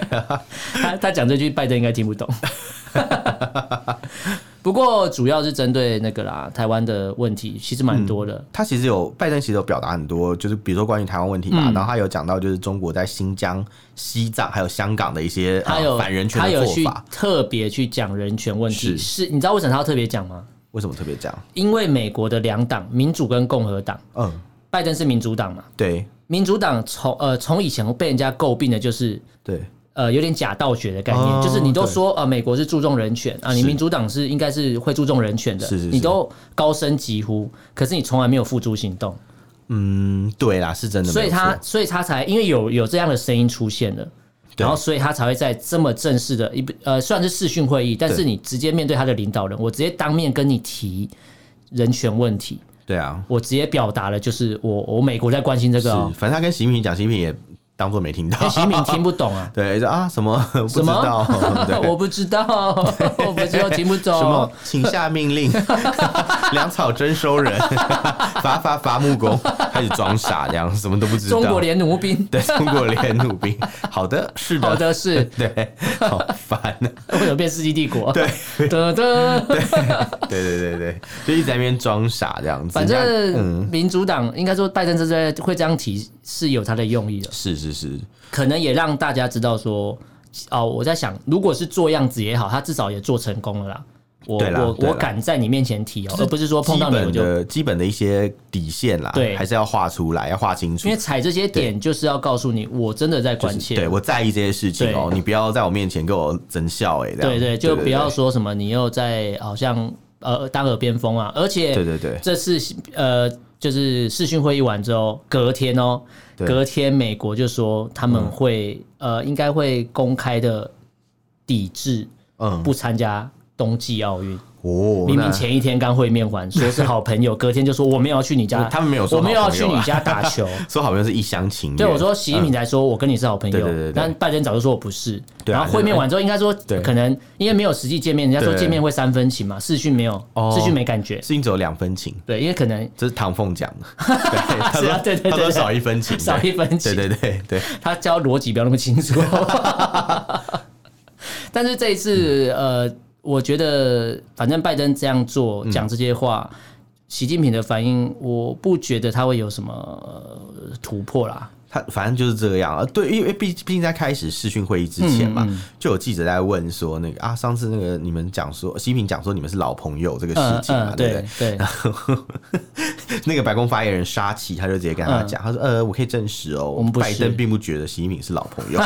Speaker 1: 他他讲这句，拜登应该听不懂。不过主要是针对那个啦，台湾的问题其实蛮多的，
Speaker 2: *laughs* 他其实有拜登，其实有表达很多，就是比如说关于台湾问题
Speaker 1: 嗯
Speaker 2: 嘛，然后他有讲到就是中国在新疆、西藏还有香港的一些
Speaker 1: 他有
Speaker 2: 呃、反人权
Speaker 1: 他
Speaker 2: 的
Speaker 1: 有
Speaker 2: 做
Speaker 1: 去
Speaker 2: 法，
Speaker 1: 特别去讲人权问题，
Speaker 2: 是
Speaker 1: 是你知道为什么他要特别讲吗？
Speaker 2: 为什么特别讲？
Speaker 1: 因为美国的两党，民主跟共和党，
Speaker 2: 嗯，
Speaker 1: 拜登是民主党嘛，
Speaker 2: 对
Speaker 1: 民主党从呃从以前被人家诟病的就是
Speaker 2: 对，
Speaker 1: 呃，有点假道学的概念，
Speaker 2: 哦
Speaker 1: 就是你都说呃，美国是注重人权啊，你民主党是应该是会注重人权的，啊
Speaker 2: 是是是
Speaker 1: 你都高声疾呼，可是你从来没有付诸行动，
Speaker 2: 嗯，对啦，是真的没
Speaker 1: 所以
Speaker 2: 有错，
Speaker 1: 他所以他才因为有有这样的声音出现了。
Speaker 2: 对
Speaker 1: 然后，所以他才会在这么正式的一呃，虽然是视讯会议，但是
Speaker 2: 对
Speaker 1: 你直接面对他的领导人，我直接当面跟你提人权问题，
Speaker 2: 对啊，
Speaker 1: 我直接表达了，就是我我美国在关心这
Speaker 2: 是
Speaker 1: 个、 *laughs* 哦，，
Speaker 2: 反正他跟习近平讲，习近平也当做没听
Speaker 1: 因
Speaker 2: 到，
Speaker 1: 为，习近平听不懂啊
Speaker 2: *laughs* 对，就啊什么 *laughs* 不知
Speaker 1: 什么
Speaker 2: 道，
Speaker 1: *laughs*
Speaker 2: 对
Speaker 1: 我不知道， *laughs* 我不知道听不懂，
Speaker 2: 什么？请下命
Speaker 1: *laughs*
Speaker 2: 令，粮草征收人， *laughs* 伐伐伐木工，开始装傻，这样什么都不知道。
Speaker 1: 中国联奴兵。
Speaker 2: 对中国联弩兵，好的，是的，
Speaker 1: 好的是
Speaker 2: *laughs* 对，好烦啊，
Speaker 1: 为什么变世纪帝国？
Speaker 2: 对，
Speaker 1: 得得，
Speaker 2: 对对对对，就一直在那边装傻这样子，
Speaker 1: 反
Speaker 2: 人家
Speaker 1: 正民主党应该说拜登这次会这样提是有他的用意的，
Speaker 2: 是是是，
Speaker 1: 可能也让大家知道说，哦，我在想，如果是做样子也好，他至少也做成功了啦。我
Speaker 2: 对啦
Speaker 1: 我
Speaker 2: 对啦
Speaker 1: 我敢在你面前提哦，而不是说碰
Speaker 2: 基
Speaker 1: 到你我
Speaker 2: 本
Speaker 1: 就，
Speaker 2: 的基本的一些底线啦，
Speaker 1: 对
Speaker 2: 还是要画出来，要画清楚
Speaker 1: 因为。踩这些点就是要告诉你，我真的在关切。
Speaker 2: 对我在意这些事情哦，
Speaker 1: 对
Speaker 2: 你不要在我面前给我增效哎，这样
Speaker 1: 对对，就不要说什么你又在好像呃当耳边风啊，而且
Speaker 2: 对对对
Speaker 1: 这次呃就是视讯会议完之后，隔天哦，
Speaker 2: 对嗯
Speaker 1: 隔天美国就说他们会、呃应该会公开的抵制
Speaker 2: 嗯
Speaker 1: 不参加。冬季奥运，
Speaker 2: 哦，
Speaker 1: 明明
Speaker 2: 那
Speaker 1: 前一天刚会面完，说是好朋
Speaker 2: *laughs*
Speaker 1: 友，隔天就说我没有要去你家，
Speaker 2: 他们没有说
Speaker 1: 我没有要
Speaker 2: 好朋
Speaker 1: 去
Speaker 2: 友啊
Speaker 1: 你家打球。
Speaker 2: 说好像是一厢情愿，
Speaker 1: 对，我说习近平才说，我跟你是好朋友
Speaker 2: 嗯对对对对，
Speaker 1: 但拜登早就说我不是。
Speaker 2: 对啊
Speaker 1: 然后会面完之后，应该说
Speaker 2: 对
Speaker 1: 可能因为没有实际见面，人家说
Speaker 2: 对
Speaker 1: 见面会三分情嘛，视讯没有
Speaker 2: 哦，
Speaker 1: 视讯没感觉。
Speaker 2: 事情只有两分情，
Speaker 1: 对，因为可能
Speaker 2: 这是唐凤讲
Speaker 1: *laughs*
Speaker 2: 的，对，他
Speaker 1: 是
Speaker 2: 说
Speaker 1: 啊对对对
Speaker 2: 他说
Speaker 1: 对
Speaker 2: 少一分情，
Speaker 1: 少一分情
Speaker 2: 对对对对，
Speaker 1: 他教逻辑不要那么清楚。 *laughs* 但是这一次，
Speaker 2: 嗯
Speaker 1: 呃，我觉得反正拜登这样做讲这些话，习近平的反应，我不觉得他会有什么呃突破啦。
Speaker 2: 他反正就是这样啊，对，因为毕毕竟在开始视讯会议之前
Speaker 1: 嗯
Speaker 2: 嘛，就有记者在问说那个啊，上次那个你们讲说，习近平讲说你们是老朋友这个事
Speaker 1: 嗯
Speaker 2: 情嘛，
Speaker 1: 嗯，
Speaker 2: 对不
Speaker 1: 对对，
Speaker 2: 对？ *laughs* 那个白宫发言人沙奇他就直接跟他讲，他说呃，我可以证实哦，
Speaker 1: 嗯我们不是
Speaker 2: 拜登并不觉得习近平是老朋
Speaker 1: *laughs*
Speaker 2: 友，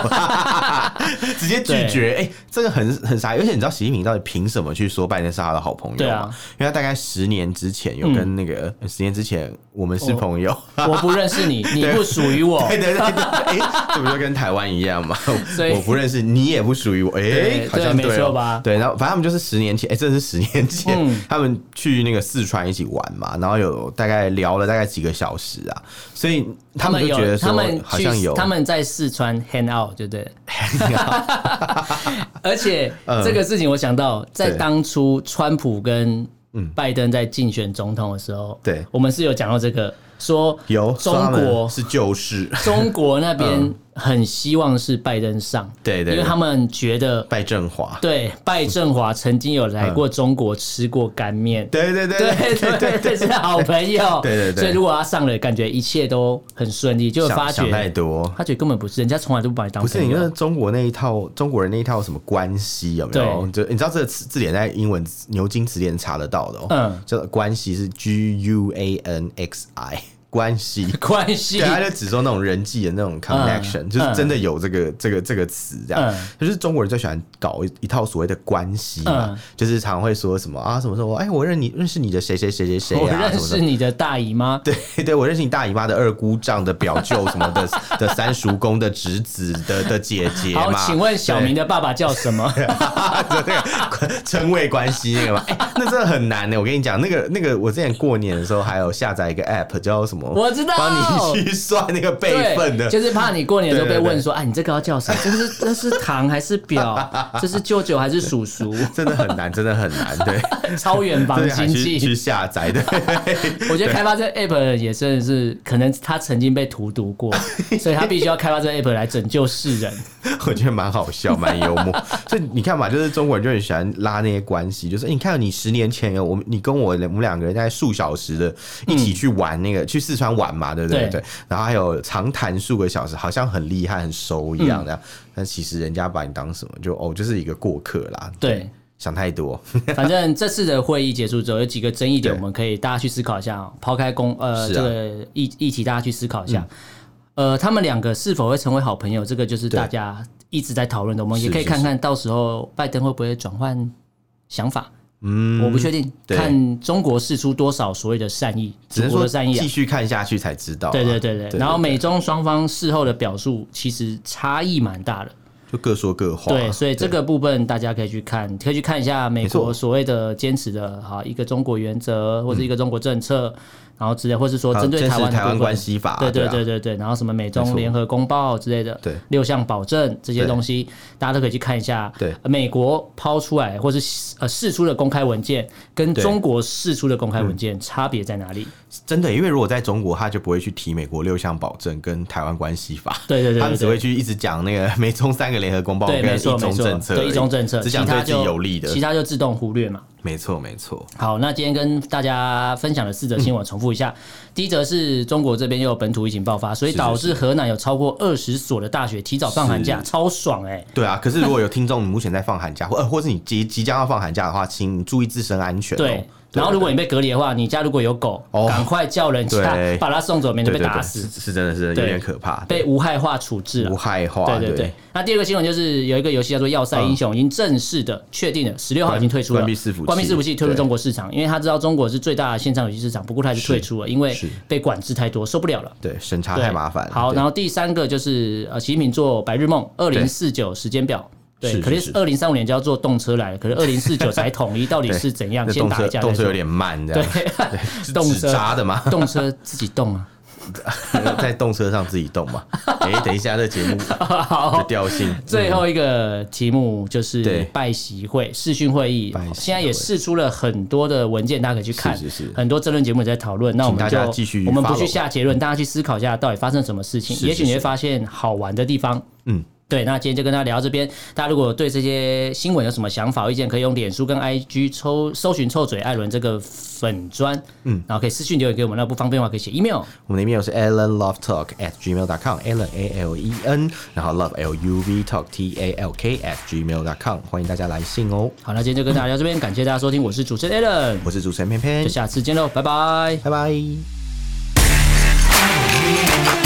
Speaker 2: 直接拒绝，哎、这个很很傻，而且你知道习近平到底凭什么去说拜登是他的好朋友
Speaker 1: 对
Speaker 2: 吗？
Speaker 1: 啊嗯
Speaker 2: 因为他大概十年之前有跟那个、十年之前我们
Speaker 1: 哦
Speaker 2: 是朋友。
Speaker 1: 我不认识你，你不属于我。
Speaker 2: 对对对对，哎，这不就跟台湾一样吗？
Speaker 1: 所以
Speaker 2: 我不认识你，也不属于我，哎
Speaker 1: 对，
Speaker 2: 好像
Speaker 1: 对没
Speaker 2: 哦
Speaker 1: 错吧
Speaker 2: 对，然后反正他们就是十年前，哎，真的是十年前
Speaker 1: 嗯，
Speaker 2: 他们去那个四川一起玩嘛，然后有大概聊了大概几个小时啊，所以他们就觉
Speaker 1: 有，
Speaker 2: 得
Speaker 1: 他
Speaker 2: 说
Speaker 1: 们
Speaker 2: 好
Speaker 1: 去
Speaker 2: 像有，
Speaker 1: 他们在四川 hang out，对不对？ *laughs* 而且这个事情，我想到在
Speaker 2: 对
Speaker 1: 当初川普跟拜登在竞选总统的时候，
Speaker 2: 嗯对
Speaker 1: 我们是有讲到这个，说
Speaker 2: 有
Speaker 1: 中
Speaker 2: 说他们
Speaker 1: 国
Speaker 2: 是旧事，
Speaker 1: 中国那边很希望是拜登上，
Speaker 2: 嗯对对
Speaker 1: 因为他们觉得
Speaker 2: 拜振华，
Speaker 1: 对拜振华曾经有来过中国吃过干面，
Speaker 2: 对对对
Speaker 1: 对对对对，是好朋友。
Speaker 2: 对对对
Speaker 1: 所以如果他上了，感觉一切都很顺利，就会发
Speaker 2: 想想太
Speaker 1: 觉
Speaker 2: 多。
Speaker 1: 他觉得根本不是，人家从来都不把你当
Speaker 2: 不是
Speaker 1: 朋
Speaker 2: 你那
Speaker 1: 友。
Speaker 2: 中国那一套，中国人那一套什么关系有没有？就你知道这个词字典在英文牛津词典查得到的哦。
Speaker 1: 嗯
Speaker 2: 叫做关系是 G U A N X I， *laughs*
Speaker 1: *laughs*
Speaker 2: 关系。
Speaker 1: 关系
Speaker 2: 对，他啊就只说那种人际的那种 connection，、
Speaker 1: 嗯
Speaker 2: 就是真的有这个、这个这个词这样。
Speaker 1: 嗯
Speaker 2: 就是中国人最喜欢搞一一套所谓的关系嘛，
Speaker 1: 嗯
Speaker 2: 就是常会说什么啊什么什么，哎，我认你认识你的谁谁谁谁谁
Speaker 1: 我
Speaker 2: 啊，
Speaker 1: 认
Speaker 2: 什么什
Speaker 1: 识
Speaker 2: 么。
Speaker 1: 你的大姨妈，
Speaker 2: *laughs* 对对，我认识你大姨妈的二姑丈的表舅什么的的三叔公的侄子的的姐姐
Speaker 1: 好
Speaker 2: 嘛。，
Speaker 1: 请问小明的爸爸叫什么？
Speaker 2: 就那个 *laughs* 称谓关系那个嘛，哎、那真的很难的、我跟你讲，那个那个，我之前过年的时候还有下载一个 app 叫什么，
Speaker 1: 我知道
Speaker 2: 帮你去算那个
Speaker 1: *laughs* 对，
Speaker 2: 辈分的。
Speaker 1: 就是怕你过年的时候
Speaker 2: 对
Speaker 1: 被
Speaker 2: 对对
Speaker 1: 问说，哎，你这个要叫什么？这是这是堂还是
Speaker 2: *laughs*
Speaker 1: 表？这是舅舅还是叔叔？
Speaker 2: 真的很难，真的很难，
Speaker 1: *laughs*
Speaker 2: 对，
Speaker 1: 超远房
Speaker 2: 对，还
Speaker 1: 经
Speaker 2: 去去
Speaker 1: 济，
Speaker 2: 下载的，对
Speaker 1: 我觉得开发这 app 的人也真的是，可能他曾经被荼毒过，所以他必须要开发这 app 来拯救世人。
Speaker 2: *laughs* 我觉得蛮好笑，蛮幽默。所以你看嘛，就是中国人就很喜欢拉那些关系，就是、哎你看你十年前哦有我们，你跟我我们两个人在数小时的一起去玩那个、去四川玩嘛，对不对？
Speaker 1: 嗯对
Speaker 2: 对。然后还有长谈数个小时，好像很厉害、很熟一
Speaker 1: 嗯
Speaker 2: 样的、但其实人家把你当什么？就哦，就是一个过客啦。
Speaker 1: 对，
Speaker 2: 想太多。 *laughs*
Speaker 1: 反正这次的会议结束之后，有几个争议点，
Speaker 2: 对
Speaker 1: 我们可以大家去思考一下哦。抛开公呃、
Speaker 2: 是啊
Speaker 1: 这个议议题，大家去思考一下。呃，他们两个是否会成为好朋友，这个就是
Speaker 2: 对
Speaker 1: 大家一直在讨论的。我们也
Speaker 2: 是
Speaker 1: 可以
Speaker 2: 是
Speaker 1: 看看到时候拜登会不会转换想法，
Speaker 2: 嗯，
Speaker 1: 我不确定。
Speaker 2: 对
Speaker 1: 看中国释出多少所谓的善意，祖
Speaker 2: 只能
Speaker 1: 国
Speaker 2: 说
Speaker 1: 的善意、啊
Speaker 2: 继。续看下去才知道、啊
Speaker 1: 对对对对，然后
Speaker 2: 每
Speaker 1: 美中双方事后的表述其实差异蛮大的，
Speaker 2: 就各说各话。
Speaker 1: 对，所以这个部分大家可以去看，可以去看一下美
Speaker 2: 没错嗯
Speaker 1: 国所谓的坚持的哈一个中国原则或者一个中国政策，然后之类，或是说
Speaker 2: 还有
Speaker 1: 针对
Speaker 2: 真实
Speaker 1: 台湾的
Speaker 2: 台湾
Speaker 1: 部分
Speaker 2: 关系法啊，
Speaker 1: 对对
Speaker 2: 啊
Speaker 1: 对对对，然后什么美
Speaker 2: 没
Speaker 1: 中
Speaker 2: 错
Speaker 1: 联合公报之类的，
Speaker 2: 对
Speaker 1: 六项保证这些
Speaker 2: 对
Speaker 1: 东西，大家都可以去看一下。
Speaker 2: 对
Speaker 1: 呃美国抛出来或是呃释出的公开文件，跟
Speaker 2: 对嗯
Speaker 1: 中国释出的公开文件差别在哪里？
Speaker 2: 真的，因为如果在中国，他就不会去提美国六项保证跟台湾关系法。
Speaker 1: 对对对对
Speaker 2: 他们只会
Speaker 1: 对
Speaker 2: 去一直讲那个美中三个联合公报
Speaker 1: *laughs* 对，
Speaker 2: 跟
Speaker 1: 没
Speaker 2: 一
Speaker 1: 错没
Speaker 2: 中
Speaker 1: 错
Speaker 2: 政，策而已，
Speaker 1: 对一中政策，
Speaker 2: 只
Speaker 1: 其
Speaker 2: 讲对
Speaker 1: 他
Speaker 2: 自己
Speaker 1: 就
Speaker 2: 有利的
Speaker 1: 其。他就自动忽略嘛。
Speaker 2: 没错，没错，
Speaker 1: 好，那今天跟大家分享的四则新闻，重复一下。第一则是中国这边又有本土疫情爆发，所以
Speaker 2: 是
Speaker 1: 导
Speaker 2: 是
Speaker 1: 致河南有超过二十所的大学提早放寒假，
Speaker 2: 是
Speaker 1: 超爽哎、
Speaker 2: 对啊。可是如果有听众你目前在放寒假，或呃，或是你即即将要放寒假的话，请注意自身安全哦。
Speaker 1: 对，然后如果你被隔离的话，你家如果有狗，
Speaker 2: 哦
Speaker 1: 赶快叫人家
Speaker 2: 对
Speaker 1: 把它送走，免
Speaker 2: 对
Speaker 1: 得
Speaker 2: 对
Speaker 1: 被
Speaker 2: 对
Speaker 1: 打死，
Speaker 2: 是是真的是有
Speaker 1: 对
Speaker 2: 点可怕，
Speaker 1: 被
Speaker 2: 对
Speaker 1: 无害化处置
Speaker 2: 无
Speaker 1: 了。
Speaker 2: 害化，
Speaker 1: 对对对，那第二个新闻就是有一个游戏叫做《要塞英雄》，已经正式的确定了，十六号已经退出了。
Speaker 2: 关闭伺服器
Speaker 1: 关闭伺服器退出
Speaker 2: 对
Speaker 1: 中国市场，因为他知道中国是最大的线上游戏市场，不过他还是退出了，因为
Speaker 2: 是
Speaker 1: 被管制太多，受不了了。
Speaker 2: 对，审查
Speaker 1: 对
Speaker 2: 啊太麻烦了。
Speaker 1: 好，
Speaker 2: 对
Speaker 1: 然后第三个就是呃，习近平做白日梦，二零四九时间表。对，
Speaker 2: 是
Speaker 1: 可
Speaker 2: 是
Speaker 1: 是
Speaker 2: 是
Speaker 1: 二零三五年就要做动车来了，可是二零四九才统一，到底
Speaker 2: 对
Speaker 1: 是怎样？
Speaker 2: 那
Speaker 1: 先
Speaker 2: 动
Speaker 1: 打
Speaker 2: 车
Speaker 1: 一架再
Speaker 2: 动车有
Speaker 1: 说。
Speaker 2: 点慢，这
Speaker 1: 对
Speaker 2: 样，是
Speaker 1: 动
Speaker 2: 纸扎
Speaker 1: 车
Speaker 2: 的嘛， *laughs*
Speaker 1: 动车自己动啊。 *laughs*
Speaker 2: 在动车上自己动嘛。哎，等一下，这节目的
Speaker 1: 好，
Speaker 2: 调性，
Speaker 1: *laughs* 最后一个题目就是
Speaker 2: 嗯对
Speaker 1: 拜习会、视讯会议
Speaker 2: 拜习，会
Speaker 1: 现在也试出了很多的文件，大家可以去看
Speaker 2: 是是是，
Speaker 1: 很多争论节目也在讨论。那我们
Speaker 2: 请大家
Speaker 1: 就
Speaker 2: 继续
Speaker 1: 我们不
Speaker 2: follow
Speaker 1: 去下结论，大家去思考一下到底发生什么事情，
Speaker 2: 是
Speaker 1: 也许你
Speaker 2: 是
Speaker 1: 会
Speaker 2: 是
Speaker 1: 发现好玩的地方。
Speaker 2: 嗯，
Speaker 1: 对，那今天就跟大家聊到这边。大家如果对这些新闻有什么想法、意见，可以用脸书跟 IG 抽搜寻“臭嘴艾伦”这个粉砖，嗯，然后可以私信留言给我们。那不方便的话，可以写 email。
Speaker 2: 我们的 email 是 allenlovetalk at gmail dot com，allen a l e n，然后 love l u v talk t a l k at gmail dot com，欢迎大家来信哦。
Speaker 1: 好，那今天就跟大家聊到这边，感谢大家收听，我是主持人 Allen，
Speaker 2: 我是主持人偏偏
Speaker 1: 就，下次见喽，拜拜。
Speaker 2: 拜拜。